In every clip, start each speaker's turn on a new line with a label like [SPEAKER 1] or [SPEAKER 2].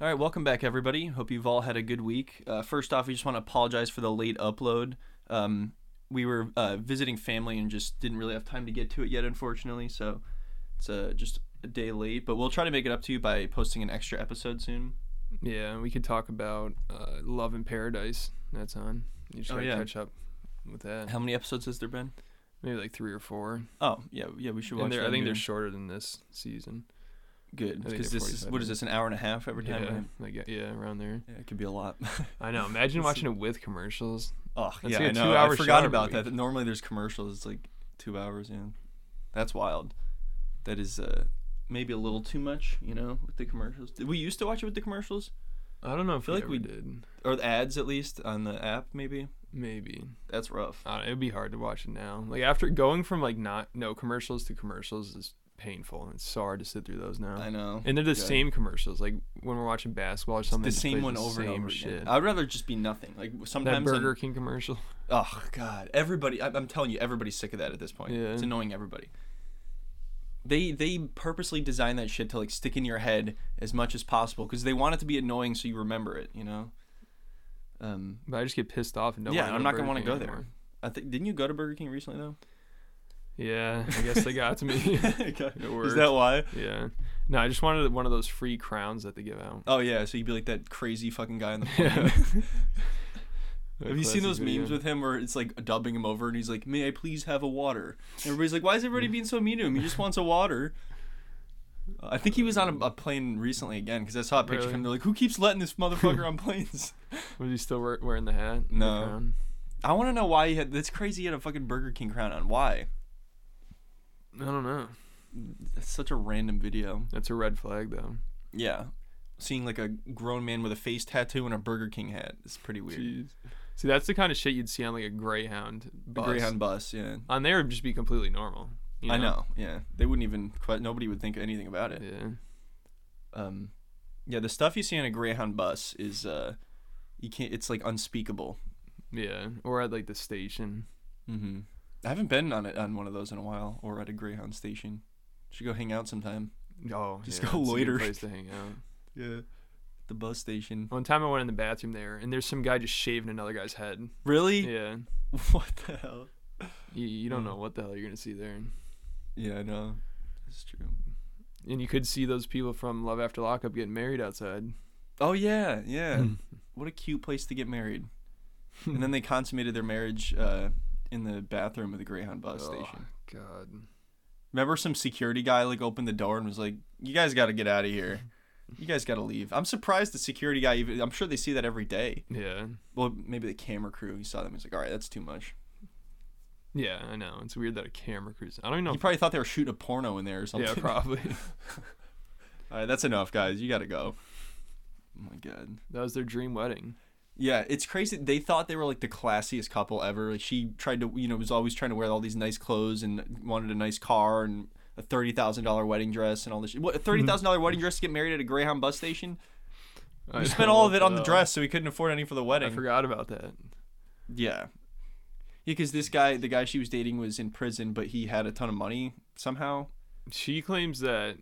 [SPEAKER 1] All right, welcome back, everybody. Hope you've all had a good week. Uh, first off, we just want to apologize for the late upload. Um, we were uh, visiting family and just didn't really have time to get to it yet, unfortunately. So it's uh, just a day late, but we'll try to make it up to you by posting an extra episode soon.
[SPEAKER 2] Yeah, and we could talk about uh, Love in Paradise. That's on. You just
[SPEAKER 1] Oh,
[SPEAKER 2] gotta
[SPEAKER 1] yeah.
[SPEAKER 2] catch up with that.
[SPEAKER 1] How many episodes has there been?
[SPEAKER 2] Maybe like three or four.
[SPEAKER 1] Oh, yeah, yeah, we should watch.
[SPEAKER 2] And they're, I
[SPEAKER 1] that
[SPEAKER 2] think they're
[SPEAKER 1] again.
[SPEAKER 2] shorter than this season.
[SPEAKER 1] good
[SPEAKER 2] I think
[SPEAKER 1] because
[SPEAKER 2] they're
[SPEAKER 1] this is
[SPEAKER 2] 45
[SPEAKER 1] what is this an hour and a half every time?
[SPEAKER 2] yeah,
[SPEAKER 1] right?
[SPEAKER 2] like yeah, yeah, around there.
[SPEAKER 1] Yeah, it could be a lot.
[SPEAKER 2] I know. Imagine
[SPEAKER 1] This
[SPEAKER 2] watching it with commercials.
[SPEAKER 1] Oh
[SPEAKER 2] Let's
[SPEAKER 1] yeah,
[SPEAKER 2] see
[SPEAKER 1] I
[SPEAKER 2] a
[SPEAKER 1] know.
[SPEAKER 2] two-hour
[SPEAKER 1] I
[SPEAKER 2] show
[SPEAKER 1] forgot
[SPEAKER 2] every
[SPEAKER 1] about that.
[SPEAKER 2] week.
[SPEAKER 1] Normally there's commercials. It's like two hours. Yeah, that's wild. That is uh, maybe a little too much. You know, with the commercials. Did we used to watch it with the commercials
[SPEAKER 2] I don't know if
[SPEAKER 1] feel
[SPEAKER 2] we
[SPEAKER 1] like we-
[SPEAKER 2] ever did.
[SPEAKER 1] or the ads at least on the app. Maybe
[SPEAKER 2] Maybe.
[SPEAKER 1] that's rough.
[SPEAKER 2] I don't, it'd be hard to watch it now. Like after going from like not no commercials to commercials is painful. It's so hard to sit through those now.
[SPEAKER 1] I know.
[SPEAKER 2] And they're the
[SPEAKER 1] Yeah.
[SPEAKER 2] same commercials. Like when we're watching basketball or something,
[SPEAKER 1] The
[SPEAKER 2] it just
[SPEAKER 1] same
[SPEAKER 2] plays
[SPEAKER 1] one
[SPEAKER 2] the
[SPEAKER 1] over
[SPEAKER 2] same
[SPEAKER 1] and over
[SPEAKER 2] shit.
[SPEAKER 1] again. I'd rather just be nothing. Like
[SPEAKER 2] That
[SPEAKER 1] sometimes.
[SPEAKER 2] Burger
[SPEAKER 1] I'm-
[SPEAKER 2] King commercial.
[SPEAKER 1] oh God, everybody. I, I'm telling you, everybody's sick of that at this point.
[SPEAKER 2] Yeah.
[SPEAKER 1] It's annoying everybody. They they purposely design that shit to like stick in your head as much as possible because they want it to be annoying so you remember it. You know. Um,
[SPEAKER 2] But I just get pissed off and don't.
[SPEAKER 1] yeah,
[SPEAKER 2] wanna
[SPEAKER 1] I'm not gonna
[SPEAKER 2] Burger
[SPEAKER 1] want to
[SPEAKER 2] King
[SPEAKER 1] go
[SPEAKER 2] anymore.
[SPEAKER 1] there. I think didn't you go to Burger King recently though?
[SPEAKER 2] Yeah, I guess they got to me.
[SPEAKER 1] Is
[SPEAKER 2] worked.
[SPEAKER 1] that why?
[SPEAKER 2] yeah, no, I just wanted one of those free crowns that they give out.
[SPEAKER 1] Oh yeah, so you'd be like that crazy fucking guy in the plane.
[SPEAKER 2] Yeah.
[SPEAKER 1] Have you seen those memes with him where it's like dubbing him over and he's like, "May I please have a water?" And everybody's like, "Why is everybody being so mean to him? He just wants a water." Uh, I think he was on a, a plane recently again because I saw a picture of
[SPEAKER 2] Really?
[SPEAKER 1] him. They're like, "Who keeps letting this motherfucker on planes?"
[SPEAKER 2] Was he still wear- wearing the hat? and the
[SPEAKER 1] No.
[SPEAKER 2] crown?
[SPEAKER 1] I want to know why he had. That's crazy. He had a fucking Burger King crown on. Why?
[SPEAKER 2] I don't know.
[SPEAKER 1] That's such a random video.
[SPEAKER 2] That's a red flag though.
[SPEAKER 1] Yeah. Seeing like a grown man with a face tattoo and a Burger King hat is pretty weird.
[SPEAKER 2] Jeez. See, that's the kind of shit you'd see on like a Greyhound
[SPEAKER 1] The
[SPEAKER 2] bus.
[SPEAKER 1] Greyhound bus, yeah.
[SPEAKER 2] on there would just be completely normal. you
[SPEAKER 1] I know, yeah. They wouldn't even que- nobody would think anything about it.
[SPEAKER 2] Yeah.
[SPEAKER 1] Um yeah, the stuff you see on a Greyhound bus is uh you can't it's like unspeakable.
[SPEAKER 2] Yeah. Or at like the station.
[SPEAKER 1] Mhm. I haven't been on it on one of those in a while or at a Greyhound station. Should go hang out sometime.
[SPEAKER 2] Oh,
[SPEAKER 1] Just
[SPEAKER 2] yeah,
[SPEAKER 1] go
[SPEAKER 2] it's a good
[SPEAKER 1] loiter.
[SPEAKER 2] Place to hang out.
[SPEAKER 1] Yeah. The bus station.
[SPEAKER 2] One time I went in the bathroom there, and there's some guy just shaving another guy's head.
[SPEAKER 1] Really?
[SPEAKER 2] Yeah.
[SPEAKER 1] What the hell?
[SPEAKER 2] You, you don't
[SPEAKER 1] Yeah.
[SPEAKER 2] know what the hell you're gonna see there.
[SPEAKER 1] Yeah, I know. It's true.
[SPEAKER 2] And you could see those people from Love After Lockup getting married outside.
[SPEAKER 1] Oh yeah, yeah. what a cute place to get married. and then they consummated their marriage uh, in the bathroom of the Greyhound bus
[SPEAKER 2] Oh.
[SPEAKER 1] station.
[SPEAKER 2] God.
[SPEAKER 1] Remember, some security guy like opened the door and was like, "You guys got to get out of here. You guys got to leave." I'm surprised the security guy. Even I'm sure they see that every day.
[SPEAKER 2] Yeah.
[SPEAKER 1] Well, maybe the camera crew. He saw them. He's like, "All right, that's too much."
[SPEAKER 2] Yeah, I know. It's weird that a camera crew's. I don't even know.
[SPEAKER 1] He probably thought they were shooting a porno in there or
[SPEAKER 2] if-
[SPEAKER 1] something.
[SPEAKER 2] yeah, probably.
[SPEAKER 1] All right, that's enough, guys. You got to go. Oh my god.
[SPEAKER 2] that was their dream wedding.
[SPEAKER 1] Yeah, it's crazy. They thought they were like the classiest couple ever. Like she tried to, you know, was always trying to wear all these nice clothes and wanted a nice car and a thirty thousand dollar wedding dress and all this. Shit. What a thirty thousand dollar wedding dress to get married at a Greyhound bus station?
[SPEAKER 2] I
[SPEAKER 1] We spent
[SPEAKER 2] know
[SPEAKER 1] all
[SPEAKER 2] what
[SPEAKER 1] of it on the
[SPEAKER 2] hell.
[SPEAKER 1] dress, so we couldn't afford any for the
[SPEAKER 2] I
[SPEAKER 1] wedding.
[SPEAKER 2] forgot about that.
[SPEAKER 1] Yeah, yeah, because this guy, the guy she was dating, was in prison, but he had a ton of money somehow.
[SPEAKER 2] She claims that.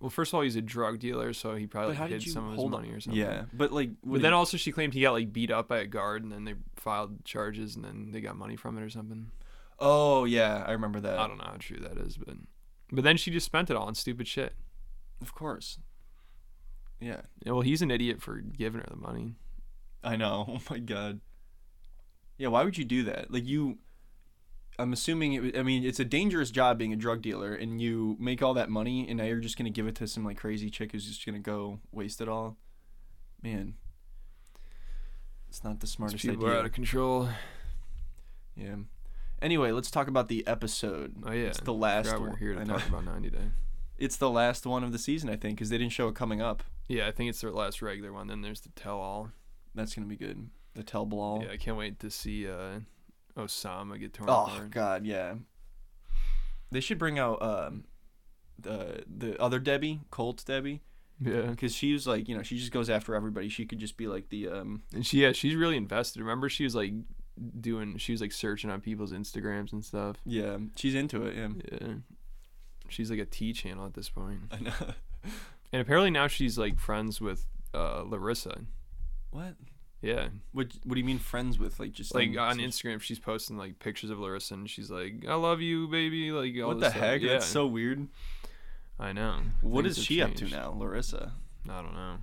[SPEAKER 2] Well, first of all, he's a drug dealer, so he probably hid some of his money or something.
[SPEAKER 1] Yeah, but like,
[SPEAKER 2] But then also, she claimed he got like beat up by a guard, and then they filed charges, and then they got money from it or something.
[SPEAKER 1] oh yeah, I remember that.
[SPEAKER 2] I don't know how true that is, but but then she just spent it all on stupid shit.
[SPEAKER 1] Of course. Yeah,
[SPEAKER 2] Yeah, well, he's an idiot for giving her the money.
[SPEAKER 1] I know. Oh my god. Yeah, why would you do that? Like you I'm assuming it wa- I mean, it's a dangerous job being a drug dealer and you make all that money and now you're just going to give it to some like crazy chick who's just going to go waste it all. Man. It's not the
[SPEAKER 2] These
[SPEAKER 1] smartest
[SPEAKER 2] people
[SPEAKER 1] idea.
[SPEAKER 2] are out of control.
[SPEAKER 1] Yeah. Anyway, let's talk about the episode.
[SPEAKER 2] Oh yeah,
[SPEAKER 1] It's the last
[SPEAKER 2] Forgot
[SPEAKER 1] one.
[SPEAKER 2] we're here
[SPEAKER 1] I
[SPEAKER 2] to
[SPEAKER 1] know.
[SPEAKER 2] talk about 90 Day.
[SPEAKER 1] It's the last one of the season, I think, cuz they didn't show it coming up.
[SPEAKER 2] Yeah, I think it's their last regular one. Then there's the Tell All.
[SPEAKER 1] That's going to be good. The tell blall.
[SPEAKER 2] Yeah, I can't wait to see uh, Osama get torn
[SPEAKER 1] Oh
[SPEAKER 2] apart.
[SPEAKER 1] God, yeah. They should bring out um, the the other Debbie, Colt's Debbie,
[SPEAKER 2] Yeah,
[SPEAKER 1] because she was like, you know, she just goes after everybody. She could just be like the um,
[SPEAKER 2] and she yeah she's really invested. Remember, she was like doing she was like searching on people's Instagrams and stuff.
[SPEAKER 1] yeah, she's into it. Yeah,
[SPEAKER 2] Yeah, she's like a T channel at this point.
[SPEAKER 1] I know.
[SPEAKER 2] And apparently now she's like friends with uh, Larissa.
[SPEAKER 1] What?
[SPEAKER 2] Yeah,
[SPEAKER 1] What? What do you mean friends with? Like just
[SPEAKER 2] like on
[SPEAKER 1] social-
[SPEAKER 2] Instagram, she's posting like pictures of Larissa, and she's like, "I love you, baby." Like, all
[SPEAKER 1] What
[SPEAKER 2] this
[SPEAKER 1] the
[SPEAKER 2] stuff.
[SPEAKER 1] heck?
[SPEAKER 2] Yeah,
[SPEAKER 1] That's so weird.
[SPEAKER 2] I know.
[SPEAKER 1] What
[SPEAKER 2] Things
[SPEAKER 1] is
[SPEAKER 2] have
[SPEAKER 1] she up to
[SPEAKER 2] changed.
[SPEAKER 1] now, Larissa?
[SPEAKER 2] I don't know.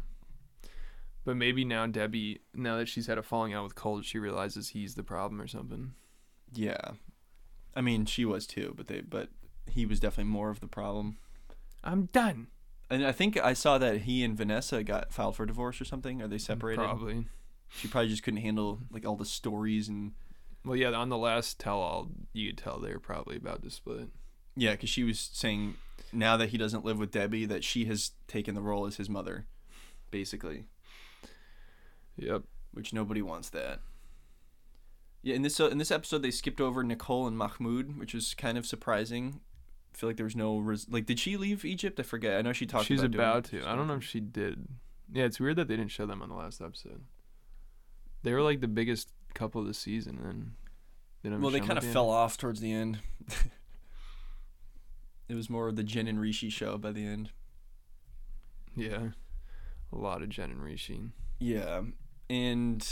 [SPEAKER 2] But maybe now Debbie, now that she's had a falling out with Cole, she realizes he's the problem or something.
[SPEAKER 1] Yeah, I mean she was too, but they but he was definitely more of the problem.
[SPEAKER 2] I'm done.
[SPEAKER 1] And I think I saw that he and Vanessa got filed for divorce or something. Are they separated?
[SPEAKER 2] Probably.
[SPEAKER 1] She probably just couldn't handle like all the stories and
[SPEAKER 2] Well, yeah. On the last tell-all, you could tell they were probably about to split.
[SPEAKER 1] yeah, because she was saying now that he doesn't live with Debbie that she has taken the role as his mother, basically.
[SPEAKER 2] Yep.
[SPEAKER 1] which nobody wants that. Yeah, in this uh, in this episode they skipped over Nicole and Mahmoud, which is kind of surprising. I feel like there was no res- like did she leave Egypt? I forget. I know she talked.
[SPEAKER 2] She's
[SPEAKER 1] about doing
[SPEAKER 2] about
[SPEAKER 1] it.
[SPEAKER 2] to. I don't know if she did. Yeah, it's weird that they didn't show them on the last episode. They were like the biggest couple of the season, and they didn't
[SPEAKER 1] Well,
[SPEAKER 2] show
[SPEAKER 1] they
[SPEAKER 2] them
[SPEAKER 1] kind of
[SPEAKER 2] at the end.
[SPEAKER 1] fell off towards the end. it was more of the Jen and Rishi show by the end.
[SPEAKER 2] Yeah, a lot of Jen and Rishi.
[SPEAKER 1] Yeah, and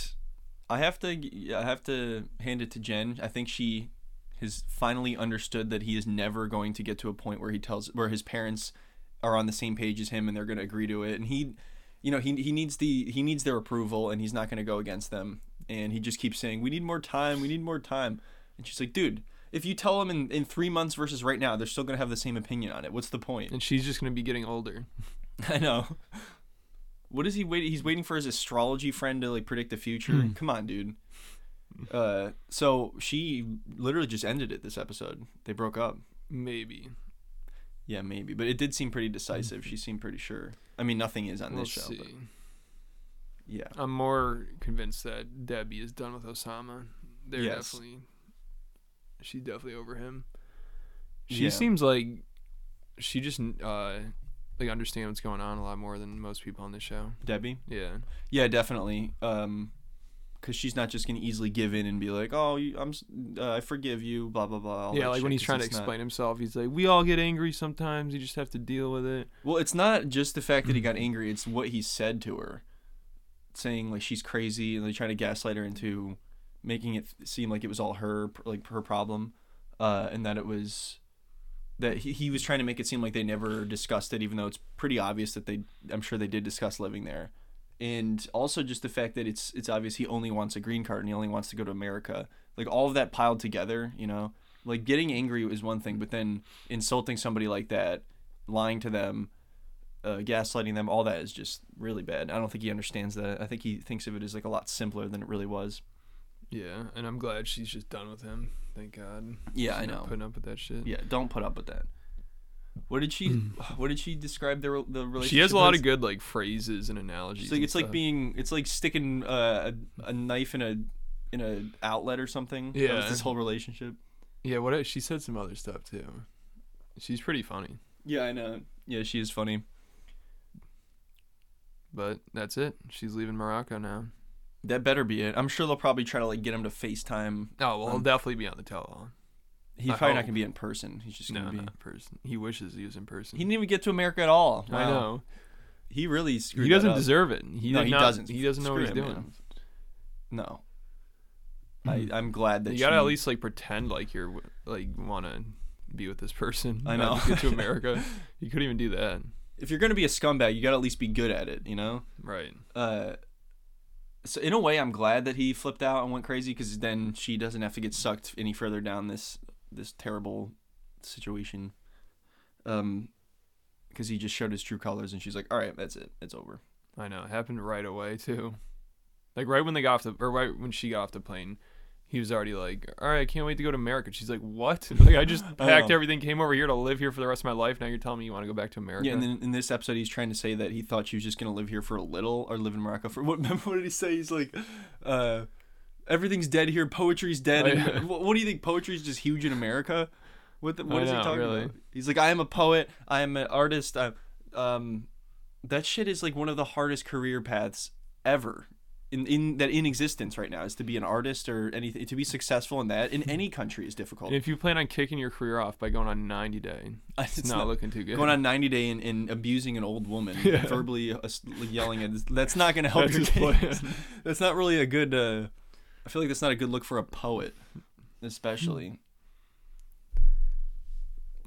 [SPEAKER 1] I have to g- I have to hand it to Jen. I think she has finally understood that he is never going to get to a point where he tells where his parents are on the same page as him and they're going to agree to it. And he, you know, he he needs the he needs their approval and he's not going to go against them. And he just keeps saying, "We need more time. We need more time." And she's like, "Dude." If you tell them in, in three months versus right now, they're still gonna have the same opinion on it. What's the point?
[SPEAKER 2] And she's just gonna be getting older.
[SPEAKER 1] I know. What is he waiting? He's waiting for his astrology friend to like predict the
[SPEAKER 2] Hmm.
[SPEAKER 1] future. Come on, dude. Uh, so she literally just ended it this episode. They broke up.
[SPEAKER 2] Maybe
[SPEAKER 1] Yeah, maybe, but it did seem pretty decisive. She seemed pretty sure. I mean, nothing is on
[SPEAKER 2] Hmm. we'll
[SPEAKER 1] this show.
[SPEAKER 2] see.
[SPEAKER 1] But yeah,
[SPEAKER 2] I'm more convinced that Debbie is done with Osama. They're
[SPEAKER 1] Yes.
[SPEAKER 2] definitely. She's definitely over him. She
[SPEAKER 1] Yeah.
[SPEAKER 2] seems like she just uh like understands what's going on a lot more than most people on the show.
[SPEAKER 1] Debbie.
[SPEAKER 2] Yeah.
[SPEAKER 1] Yeah, definitely. Um, because she's not just gonna easily give in and be like, "Oh, you, I'm, s- uh, I forgive you," blah blah blah. all
[SPEAKER 2] yeah,
[SPEAKER 1] that
[SPEAKER 2] like when
[SPEAKER 1] shit,
[SPEAKER 2] he's
[SPEAKER 1] 'cause
[SPEAKER 2] trying to
[SPEAKER 1] it's not-
[SPEAKER 2] explain himself, he's like, "We all get angry sometimes. You just have to deal with it."
[SPEAKER 1] Well, it's not just the fact that he got angry; it's what he said to her, saying like she's crazy, and they trying to gaslight her into making it seem like it was all her, like her problem, uh, and that it was that he, he was trying to make it seem like they never discussed it, even though it's pretty obvious that they, I'm sure they did discuss living there, and also just the fact that it's it's obvious he only wants a green card and he only wants to go to America, like all of that piled together, you know. Like getting angry is one thing, but then insulting somebody like that, lying to them, uh, gaslighting them, all that is just really bad. I don't think he understands that. I think he thinks of it as like a lot simpler than it really was.
[SPEAKER 2] Yeah, and I'm glad she's just done with him. Thank God.
[SPEAKER 1] Yeah,
[SPEAKER 2] She's
[SPEAKER 1] I
[SPEAKER 2] not
[SPEAKER 1] know.
[SPEAKER 2] Putting up with that shit.
[SPEAKER 1] Yeah, don't put up with that. What did she? what did she describe the re- the relationship?
[SPEAKER 2] She has a lot
[SPEAKER 1] as?
[SPEAKER 2] of good like phrases and analogies.
[SPEAKER 1] It's like
[SPEAKER 2] and
[SPEAKER 1] it's like
[SPEAKER 2] stuff.
[SPEAKER 1] being it's like sticking uh, a, a knife in a in a outlet or something. That was
[SPEAKER 2] Yeah.
[SPEAKER 1] this whole relationship.
[SPEAKER 2] Yeah, what else? she said some other stuff too. She's pretty funny,
[SPEAKER 1] Yeah, I know. Yeah, she is funny.
[SPEAKER 2] but that's it. She's leaving Morocco now.
[SPEAKER 1] That better be it. I'm sure they'll probably try to like get him to FaceTime.
[SPEAKER 2] Oh well, he'll
[SPEAKER 1] Um,
[SPEAKER 2] definitely be on the tell-all.
[SPEAKER 1] He's
[SPEAKER 2] I
[SPEAKER 1] probably
[SPEAKER 2] hope.
[SPEAKER 1] not gonna be in person. He's just gonna
[SPEAKER 2] No,
[SPEAKER 1] be.
[SPEAKER 2] not in person. He wishes he was in person.
[SPEAKER 1] He didn't even get to America at all.
[SPEAKER 2] I
[SPEAKER 1] Wow.
[SPEAKER 2] know.
[SPEAKER 1] He really screwed.
[SPEAKER 2] He
[SPEAKER 1] that
[SPEAKER 2] doesn't
[SPEAKER 1] up.
[SPEAKER 2] deserve it. He
[SPEAKER 1] No,
[SPEAKER 2] did
[SPEAKER 1] he
[SPEAKER 2] not-
[SPEAKER 1] doesn't.
[SPEAKER 2] He doesn't know what
[SPEAKER 1] Screw
[SPEAKER 2] he's
[SPEAKER 1] him,
[SPEAKER 2] doing. Hmm.
[SPEAKER 1] man. No. I, I'm glad that
[SPEAKER 2] You gotta
[SPEAKER 1] she-
[SPEAKER 2] at least like pretend like you're w- like wanna be with this person.
[SPEAKER 1] I
[SPEAKER 2] not
[SPEAKER 1] know.
[SPEAKER 2] just Get to America. you couldn't even do that.
[SPEAKER 1] if you're gonna be a scumbag, you gotta at least be good at it, you know.
[SPEAKER 2] Right.
[SPEAKER 1] Uh, so in a way, I'm glad that he flipped out and went crazy because then she doesn't have to get sucked any further down this this terrible situation. Um, because he just showed his true colors, and she's like, "All right, that's it. It's over."
[SPEAKER 2] I know. It happened right away too. Like right when they got off the or right when she got off the plane, he was already like, All right, I can't wait to go to America. She's like, What? Like I just packed
[SPEAKER 1] know.
[SPEAKER 2] everything, came over here to live here for the rest of my life. Now you're telling me you want to go back to America.
[SPEAKER 1] Yeah, and then in this episode, he's trying to say that he thought she was just gonna live here for a little, or live in Morocco for. What, remember what did he say? He's like, uh, "Everything's dead here. Poetry's dead."
[SPEAKER 2] Oh,
[SPEAKER 1] and-
[SPEAKER 2] yeah.
[SPEAKER 1] what, what do you think? Poetry's just huge in America. What the, what
[SPEAKER 2] I
[SPEAKER 1] is
[SPEAKER 2] know,
[SPEAKER 1] he talking
[SPEAKER 2] Oh, really.
[SPEAKER 1] about? He's like, "I am a poet. I am an artist. I, um, that shit is like one of the hardest career paths ever." in, in that in existence right now is to be an artist or anything to be successful in that in any country is difficult.
[SPEAKER 2] And if you plan on kicking your career off by going on 90 day,
[SPEAKER 1] It's
[SPEAKER 2] it's, not,
[SPEAKER 1] not-
[SPEAKER 2] looking too good.
[SPEAKER 1] Going on 90 day and, and abusing an old woman,
[SPEAKER 2] Yeah.
[SPEAKER 1] verbally uh, s- yelling at that's not going to help
[SPEAKER 2] That's
[SPEAKER 1] your
[SPEAKER 2] his
[SPEAKER 1] case.
[SPEAKER 2] plan.
[SPEAKER 1] That's not really a good. Uh, I feel like that's not a good look for a poet, especially.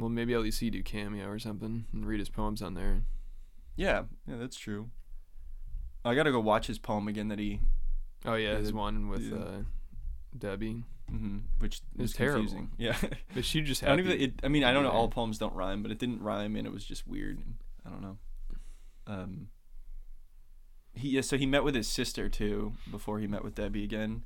[SPEAKER 2] well, maybe at least you do cameo or something and read his poems on there.
[SPEAKER 1] Yeah, yeah, that's true. I gotta go watch his poem again that he,
[SPEAKER 2] Oh yeah,
[SPEAKER 1] Yeah,
[SPEAKER 2] his
[SPEAKER 1] the-
[SPEAKER 2] one with
[SPEAKER 1] yeah.
[SPEAKER 2] uh, Debbie.
[SPEAKER 1] mhm, which
[SPEAKER 2] was
[SPEAKER 1] is
[SPEAKER 2] terrible.
[SPEAKER 1] confusing. Yeah,
[SPEAKER 2] But she just
[SPEAKER 1] I
[SPEAKER 2] had.
[SPEAKER 1] don't even. It, I mean, I don't know. All poems don't rhyme, but it didn't rhyme, and it was just weird. and I don't know. Um. He yeah, so he met with his sister too before he met with Debbie again.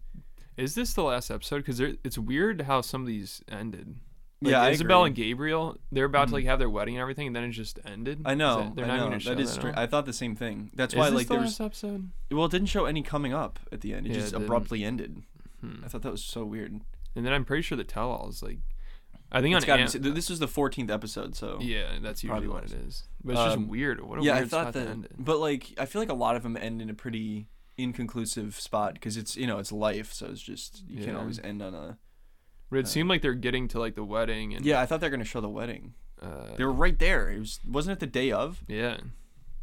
[SPEAKER 2] Is this the last episode? Because it's weird how some of these ended. Like,
[SPEAKER 1] Yeah, I
[SPEAKER 2] Isabel
[SPEAKER 1] agree.
[SPEAKER 2] and Gabriel, they're about to like have their wedding and everything, and then it just ended.
[SPEAKER 1] Mm-hmm. I
[SPEAKER 2] Is
[SPEAKER 1] know.
[SPEAKER 2] it- they're
[SPEAKER 1] I
[SPEAKER 2] not
[SPEAKER 1] know.
[SPEAKER 2] even gonna show
[SPEAKER 1] that is
[SPEAKER 2] at
[SPEAKER 1] strange.
[SPEAKER 2] all.
[SPEAKER 1] I thought the same thing. That's
[SPEAKER 2] Is
[SPEAKER 1] why
[SPEAKER 2] this
[SPEAKER 1] like
[SPEAKER 2] the
[SPEAKER 1] there's
[SPEAKER 2] last episode?
[SPEAKER 1] well it didn't show any coming up at the end. It
[SPEAKER 2] Yeah,
[SPEAKER 1] just
[SPEAKER 2] it didn't.
[SPEAKER 1] abruptly ended.
[SPEAKER 2] Hmm.
[SPEAKER 1] I thought that was so weird.
[SPEAKER 2] And then I'm pretty sure the tell-all is like, I think
[SPEAKER 1] It's
[SPEAKER 2] on
[SPEAKER 1] gotta
[SPEAKER 2] Am-
[SPEAKER 1] be, th- this was the 14th episode, so
[SPEAKER 2] yeah, that's
[SPEAKER 1] Probably
[SPEAKER 2] usually what
[SPEAKER 1] was.
[SPEAKER 2] it is. But it's
[SPEAKER 1] Um,
[SPEAKER 2] just weird. What a
[SPEAKER 1] yeah, I
[SPEAKER 2] weird
[SPEAKER 1] thought
[SPEAKER 2] spot to
[SPEAKER 1] that,
[SPEAKER 2] end it.
[SPEAKER 1] but like I feel like a lot of them end in a pretty inconclusive spot because it's you know it's life, so it's just you can't
[SPEAKER 2] Yeah.
[SPEAKER 1] always end on a.
[SPEAKER 2] But it seemed like they're getting to like the wedding and
[SPEAKER 1] Yeah, I thought they were gonna show the wedding.
[SPEAKER 2] uh,
[SPEAKER 1] They were right there. It was wasn't it the day of?
[SPEAKER 2] yeah,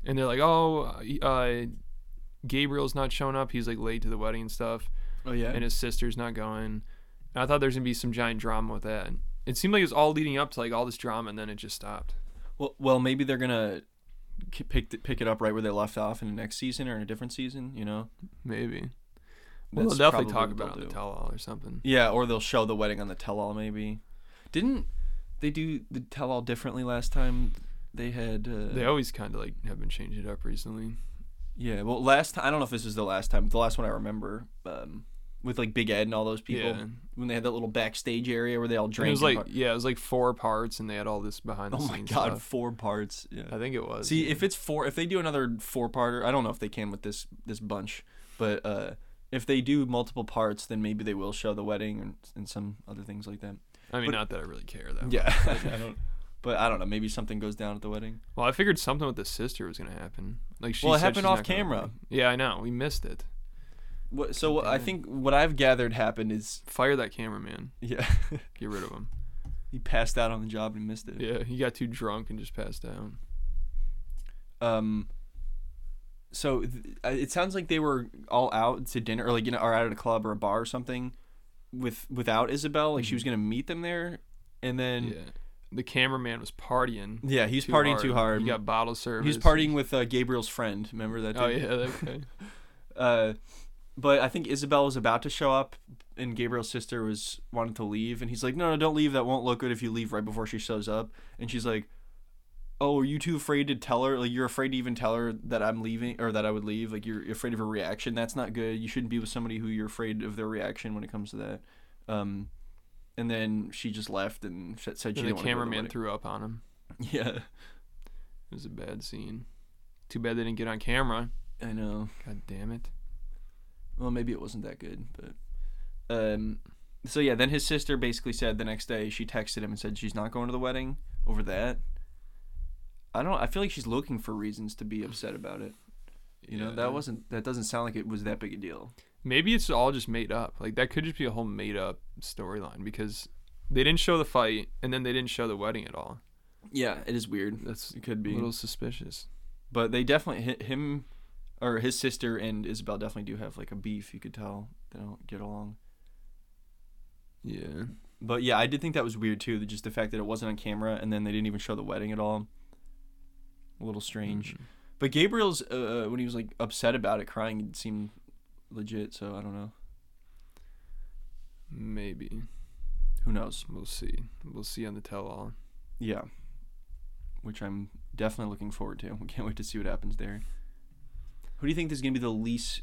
[SPEAKER 2] and they're like, oh, uh, Gabriel's not showing up. He's like late to the wedding and stuff,
[SPEAKER 1] Oh yeah.
[SPEAKER 2] and his sister's not going. And I thought there's gonna be some giant drama with that. It seemed like it was all leading up to like all this drama, and then it just stopped.
[SPEAKER 1] well, well, maybe they're gonna k- pick th- pick it up right where they left off in the next season or in a different season. You know.
[SPEAKER 2] Maybe. Well,
[SPEAKER 1] That's
[SPEAKER 2] they'll definitely talk
[SPEAKER 1] probably what
[SPEAKER 2] about it on
[SPEAKER 1] they'll
[SPEAKER 2] the
[SPEAKER 1] do.
[SPEAKER 2] tell-all or something.
[SPEAKER 1] Yeah, or they'll show the wedding on the tell-all maybe. Didn't they do the tell-all differently last time? They had uh,
[SPEAKER 2] They always kind of like have been changing it up recently.
[SPEAKER 1] yeah. Well, last time I don't know if this is the last time. The last one I remember um, with like Big Ed and all those people
[SPEAKER 2] Yeah.
[SPEAKER 1] when they had that little backstage area where they all
[SPEAKER 2] And
[SPEAKER 1] drank.
[SPEAKER 2] it was
[SPEAKER 1] and
[SPEAKER 2] like
[SPEAKER 1] par-
[SPEAKER 2] yeah, it was like four parts, and they had all this behind the
[SPEAKER 1] oh
[SPEAKER 2] scenes.
[SPEAKER 1] my god,
[SPEAKER 2] stuff.
[SPEAKER 1] four parts. Yeah.
[SPEAKER 2] I think it was.
[SPEAKER 1] See, if it's four, if they do another four-parter, I don't know if they can with this this bunch, but uh, if they do multiple parts, then maybe they will show the wedding and, and some other things like that.
[SPEAKER 2] I mean,
[SPEAKER 1] but-
[SPEAKER 2] not that I really care though.
[SPEAKER 1] Yeah, I don't. But I don't know. Maybe something goes down at the wedding.
[SPEAKER 2] Well, I figured something with the sister was gonna happen. Like she.
[SPEAKER 1] Well, it
[SPEAKER 2] said
[SPEAKER 1] happened
[SPEAKER 2] she's
[SPEAKER 1] off
[SPEAKER 2] not gonna
[SPEAKER 1] camera.
[SPEAKER 2] work. Yeah, I know. We missed it.
[SPEAKER 1] What, so what, I
[SPEAKER 2] Goddamn.
[SPEAKER 1] think what I've gathered happened is
[SPEAKER 2] Fire that cameraman.
[SPEAKER 1] yeah,
[SPEAKER 2] Get rid of him.
[SPEAKER 1] he passed out on the job and missed it.
[SPEAKER 2] Yeah, he got too drunk and just passed out.
[SPEAKER 1] Um. So th- I- it sounds like they were all out to dinner, or like you know, or out at a club or a bar or something, with without Isabel. Like she was gonna meet them there, and then yeah,
[SPEAKER 2] Mm-hmm. yeah. The cameraman was partying.
[SPEAKER 1] he's partying too hard.
[SPEAKER 2] He got bottle service.
[SPEAKER 1] he was partying with uh, Gabriel's friend. Remember that?
[SPEAKER 2] Oh
[SPEAKER 1] dude?
[SPEAKER 2] yeah. that guy.
[SPEAKER 1] Uh, but I think Isabel was about to show up, and Gabriel's sister was wanted to leave, and he's like, "No, no, don't leave. That won't look good if you leave right before she shows up." And she's like, "Oh, are you too afraid to tell her? Like, you're afraid to even tell her that I'm leaving or that I would leave. Like, you're afraid of her reaction. That's not good. You shouldn't be with somebody who you're afraid of their reaction when it comes to that." Um, and then she just left and sh- said she
[SPEAKER 2] Then the
[SPEAKER 1] didn't want to go to the
[SPEAKER 2] cameraman
[SPEAKER 1] wedding.
[SPEAKER 2] threw up on him.
[SPEAKER 1] Yeah,
[SPEAKER 2] It was a bad scene. Too bad they didn't get on camera.
[SPEAKER 1] I know.
[SPEAKER 2] God damn it.
[SPEAKER 1] Well, maybe it wasn't that good, but um, so yeah. Then his sister basically said the next day she texted him and said she's not going to the wedding over that. I don't. I feel like she's looking for reasons to be upset about it. You know,
[SPEAKER 2] Yeah.
[SPEAKER 1] that wasn't. That doesn't sound like it was that big a deal.
[SPEAKER 2] Maybe it's all just made up. Like that could just be a whole made up storyline because they didn't show the fight and then they didn't show the wedding at all.
[SPEAKER 1] Yeah, it is weird.
[SPEAKER 2] That's
[SPEAKER 1] It could
[SPEAKER 2] a
[SPEAKER 1] be.
[SPEAKER 2] little suspicious.
[SPEAKER 1] But they definitely hit him, or his sister and Isabel definitely do have like a beef. You could tell they don't get along.
[SPEAKER 2] Yeah.
[SPEAKER 1] But yeah, I did think that was weird too. that Just the fact that it wasn't on camera and then they didn't even show the wedding at all. A little strange. But Gabriel's uh, when he was like upset about it, crying it seemed legit. So I don't know.
[SPEAKER 2] Maybe.
[SPEAKER 1] Who knows?
[SPEAKER 2] We'll see. We'll see on the tell all.
[SPEAKER 1] Yeah, which I'm definitely looking forward to. We can't wait to see what happens there. Who do you think is gonna be the least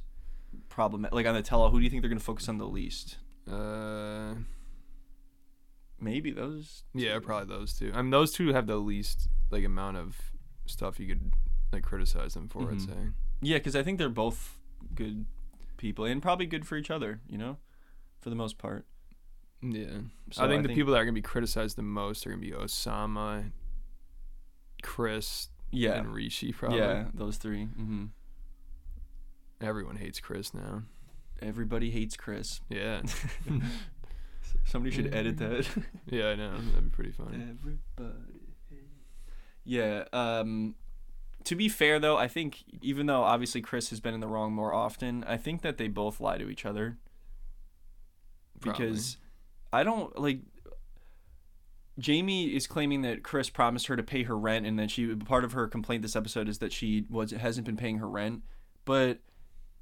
[SPEAKER 1] problematic? Like on the tell-all, who do you think they're gonna focus on the least?
[SPEAKER 2] Uh
[SPEAKER 1] Maybe those.
[SPEAKER 2] yeah,
[SPEAKER 1] two.
[SPEAKER 2] probably those two. I mean those two have the least like amount of stuff you could like criticize them for, I'd
[SPEAKER 1] Mhm.
[SPEAKER 2] say.
[SPEAKER 1] Yeah, because I think they're both good people and probably good for each other. You know, for the most part.
[SPEAKER 2] Yeah.
[SPEAKER 1] So
[SPEAKER 2] I think the people that are gonna be criticized the most are gonna be Osama, Chris,
[SPEAKER 1] Yeah.
[SPEAKER 2] and Rishi probably.
[SPEAKER 1] Yeah, those 3 Mm-hmm.
[SPEAKER 2] Everyone hates Chris now.
[SPEAKER 1] Everybody hates Chris.
[SPEAKER 2] Yeah.
[SPEAKER 1] Somebody
[SPEAKER 2] Mm-hmm.
[SPEAKER 1] should edit that.
[SPEAKER 2] Yeah, I know. That'd be pretty funny.
[SPEAKER 1] Everybody. Yeah. Um, to be fair, though, I think even though obviously Chris has been in the wrong more often, I think that they both lie to each other.
[SPEAKER 2] Probably.
[SPEAKER 1] Because I don't like. Jamie is claiming that Chris promised her to pay her rent, and that she part of her complaint this episode is that she was hasn't been paying her rent. But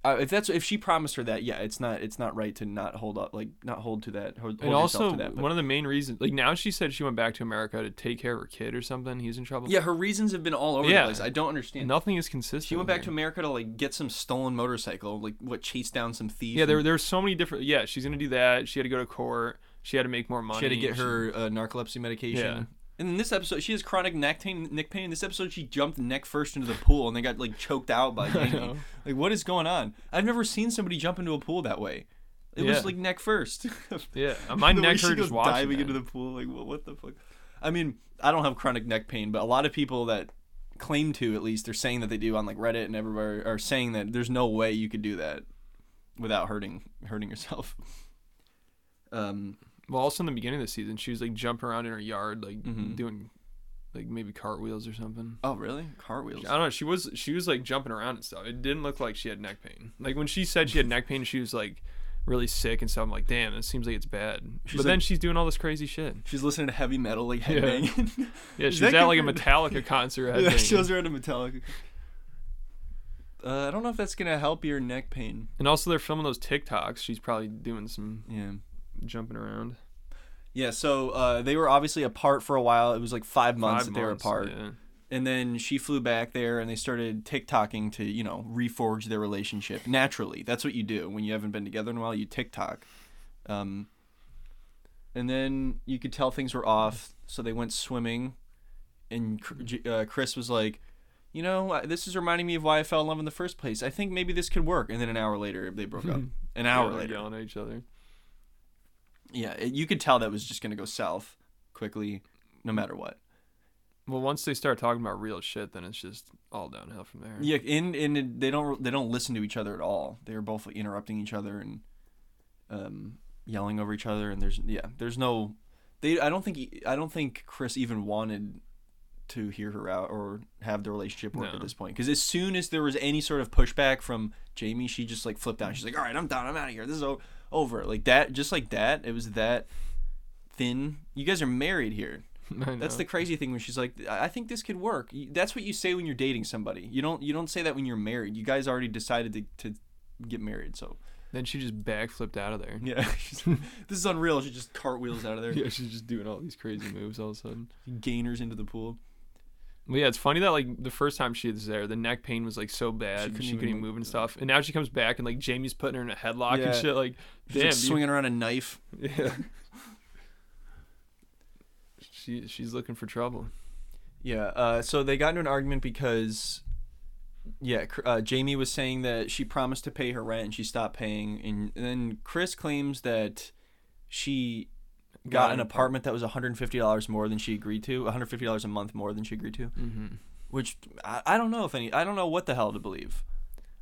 [SPEAKER 1] uh, if that's if she promised her that, yeah, it's not it's not right to not hold up like not hold to that. Hold,
[SPEAKER 2] and
[SPEAKER 1] hold yourself
[SPEAKER 2] also,
[SPEAKER 1] to that, but-
[SPEAKER 2] one of the main reasons, like now she said she went back to America to take care of her kid or something. He's in trouble.
[SPEAKER 1] Yeah, her reasons have been all over
[SPEAKER 2] Yeah.
[SPEAKER 1] the place. I don't understand.
[SPEAKER 2] Nothing is consistent.
[SPEAKER 1] She went back
[SPEAKER 2] here.
[SPEAKER 1] to America to like get some stolen motorcycle, like what chase down some thief.
[SPEAKER 2] Yeah, there
[SPEAKER 1] and
[SPEAKER 2] there were so many different. Yeah, she's gonna do that. She had to go to court. She had to make more money.
[SPEAKER 1] she had to get her uh, narcolepsy medication.
[SPEAKER 2] Yeah.
[SPEAKER 1] And in this episode, she has chronic neck pain. Neck pain. In this episode, she jumped neck first into the pool and they got like choked out by.
[SPEAKER 2] know.
[SPEAKER 1] Jamie. Like, what is going on? I've never seen somebody jump into a pool that way. It
[SPEAKER 2] Yeah.
[SPEAKER 1] was like neck first.
[SPEAKER 2] Yeah, uh, my
[SPEAKER 1] The way
[SPEAKER 2] neck
[SPEAKER 1] she
[SPEAKER 2] hurt
[SPEAKER 1] goes
[SPEAKER 2] just watching
[SPEAKER 1] diving
[SPEAKER 2] that.
[SPEAKER 1] into the pool. Like, what, what the fuck? I mean, I don't have chronic neck pain, but a lot of people that claim to, at least, they're saying that they do on like Reddit and everywhere, are saying that there's no way you could do that without hurting hurting yourself. Um,
[SPEAKER 2] Well, also in the beginning of the season, she was like jumping around in her yard, like
[SPEAKER 1] Mm-hmm.
[SPEAKER 2] doing, like maybe cartwheels or something.
[SPEAKER 1] oh really? Cartwheels.
[SPEAKER 2] I don't know. She was she was like jumping around and stuff. It didn't look like she had neck pain. Like when she said she had neck pain, she was like really sick and stuff. I'm like, damn, it seems like it's bad. but then
[SPEAKER 1] like-
[SPEAKER 2] she's doing all this crazy shit.
[SPEAKER 1] She's listening to heavy metal, like headbanging. Yeah,
[SPEAKER 2] Yeah,
[SPEAKER 1] Is
[SPEAKER 2] she was
[SPEAKER 1] that
[SPEAKER 2] at
[SPEAKER 1] good
[SPEAKER 2] like a
[SPEAKER 1] for-
[SPEAKER 2] Metallica concert. I
[SPEAKER 1] she
[SPEAKER 2] think.
[SPEAKER 1] was around to Metallica. Uh, I don't know if that's gonna help your neck pain.
[SPEAKER 2] And also they're filming those TikToks. She's probably doing some
[SPEAKER 1] Yeah.
[SPEAKER 2] jumping around.
[SPEAKER 1] Yeah. So uh, they were obviously apart for a while. It was like five months
[SPEAKER 2] Five
[SPEAKER 1] that they were
[SPEAKER 2] months,
[SPEAKER 1] apart.
[SPEAKER 2] yeah.
[SPEAKER 1] And then she flew back there and they started TikToking to, you know, reforge their relationship naturally. That's what you do when you haven't been together in a while, you TikTok. Um, and then you could tell things were off, so they went swimming. And Cr- J- uh, Chris was like, you know, I- this is reminding me of why I fell in love in the first place. I think maybe this could work. And then an hour later, they broke up. An hour
[SPEAKER 2] Yeah, they're
[SPEAKER 1] later.
[SPEAKER 2] yelling at each other.
[SPEAKER 1] Yeah, it, you could tell that was just going to go south quickly, no matter what.
[SPEAKER 2] Well, once they start talking about real shit, then it's just all downhill from there.
[SPEAKER 1] Yeah, and and they don't they don't listen to each other at all. They are both interrupting each other and um, yelling over each other. And there's yeah, there's no they. I don't think he- I don't think Chris even wanted to hear her out or have the relationship work
[SPEAKER 2] No.
[SPEAKER 1] at this point. Because as soon as there was any sort of pushback from Jamie, she just like flipped out. She's like, "All right, I'm done. I'm out of here. This is o- over." Like that, just like that. It was that thin. You guys are married here.
[SPEAKER 2] I know.
[SPEAKER 1] That's the crazy thing when she's like, I I think this could work. You- That's what you say when you're dating somebody. You don't you don't say that when you're married. You guys already decided to, to get married. So
[SPEAKER 2] Then she just backflipped out of there.
[SPEAKER 1] yeah, she's- this is unreal. She just cartwheels out of there,
[SPEAKER 2] Yeah, she's just doing all these crazy moves all of a sudden.
[SPEAKER 1] gainers into the pool.
[SPEAKER 2] Well, yeah, it's funny that like the first time she was there, the neck pain was like so bad, she couldn't,
[SPEAKER 1] couldn't
[SPEAKER 2] she
[SPEAKER 1] even
[SPEAKER 2] couldn't even
[SPEAKER 1] move.
[SPEAKER 2] move and stuff. And now she comes back and like Jamie's putting her in a headlock
[SPEAKER 1] Yeah.
[SPEAKER 2] and shit. Like,
[SPEAKER 1] She's
[SPEAKER 2] damn,
[SPEAKER 1] like
[SPEAKER 2] dude.
[SPEAKER 1] swinging around a knife.
[SPEAKER 2] Yeah. she she's looking for trouble.
[SPEAKER 1] Yeah. Uh, so they got into an argument because, yeah, Cr- uh, Jamie was saying that she promised to pay her rent and she stopped paying, and, and then Chris claims that she got, an apartment that was $150 more than she agreed to, $150 a month more than she agreed to,
[SPEAKER 2] Mm-hmm.
[SPEAKER 1] which I, I don't know if any, I don't know what the hell to believe.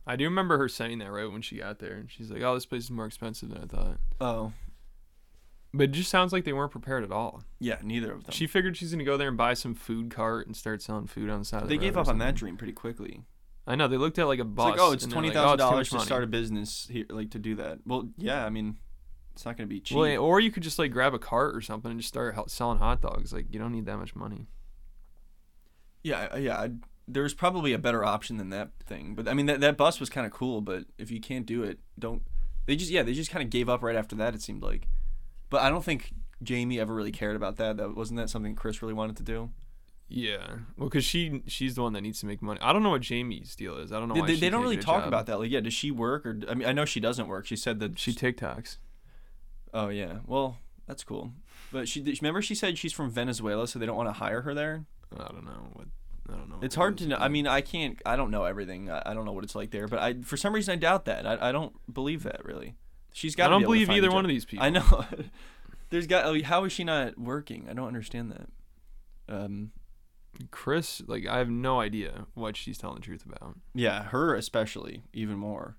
[SPEAKER 2] I do remember her saying that right when she got there, and she's like, "Oh, this place is more expensive than I thought."
[SPEAKER 1] Oh,
[SPEAKER 2] But it just sounds like they weren't prepared at all.
[SPEAKER 1] yeah, neither of them.
[SPEAKER 2] She figured she's gonna go there and buy some food cart and start selling food on the side of the
[SPEAKER 1] they
[SPEAKER 2] road
[SPEAKER 1] gave
[SPEAKER 2] or
[SPEAKER 1] up on that
[SPEAKER 2] something.
[SPEAKER 1] dream pretty quickly.
[SPEAKER 2] I know they looked at like a
[SPEAKER 1] It's
[SPEAKER 2] bus.
[SPEAKER 1] like, oh, it's
[SPEAKER 2] and they're like,
[SPEAKER 1] twenty
[SPEAKER 2] "Oh,
[SPEAKER 1] thousand
[SPEAKER 2] it's too
[SPEAKER 1] dollars
[SPEAKER 2] much
[SPEAKER 1] to
[SPEAKER 2] money."
[SPEAKER 1] start a business here, like to do that. Well, yeah, I mean, it's not gonna be cheap.
[SPEAKER 2] Well, yeah, or you could just like grab a cart or something and just start hel- selling hot dogs. Like you don't need that much money.
[SPEAKER 1] yeah, I- yeah. i there's probably a better option than that thing, but I mean, that that bus was kind of cool. But if you can't do it, don't. They just yeah, they just kind of gave up right after that. It seemed like, but I don't think Jamie ever really cared about that. That wasn't that something Chris really wanted to do.
[SPEAKER 2] Yeah, well, because she she's the one that needs to make money. I don't know what Jamie's deal is. I don't know.
[SPEAKER 1] They,
[SPEAKER 2] why
[SPEAKER 1] they,
[SPEAKER 2] Oh, she
[SPEAKER 1] they don't
[SPEAKER 2] can't
[SPEAKER 1] really
[SPEAKER 2] get a
[SPEAKER 1] talk
[SPEAKER 2] job.
[SPEAKER 1] about that. Like, yeah, does she work or? I mean, I know she doesn't work. She said that
[SPEAKER 2] She TikToks.
[SPEAKER 1] Oh yeah. Well, that's cool. But she remember she said she's from Venezuela, so they don't want to hire her there.
[SPEAKER 2] I don't know what. I don't know.
[SPEAKER 1] It's
[SPEAKER 2] what it
[SPEAKER 1] hard
[SPEAKER 2] is.
[SPEAKER 1] to know. I mean, I can't. I don't know everything. I, I don't know what it's like there. But I, for some reason, I doubt that. I, I don't believe that really. She's got.
[SPEAKER 2] I don't believe either one of these people.
[SPEAKER 1] I know. There's got. Like, how is she not working? I don't understand that. Um.
[SPEAKER 2] Chris, like, I have no idea what she's telling the truth about.
[SPEAKER 1] Yeah, her especially, even more.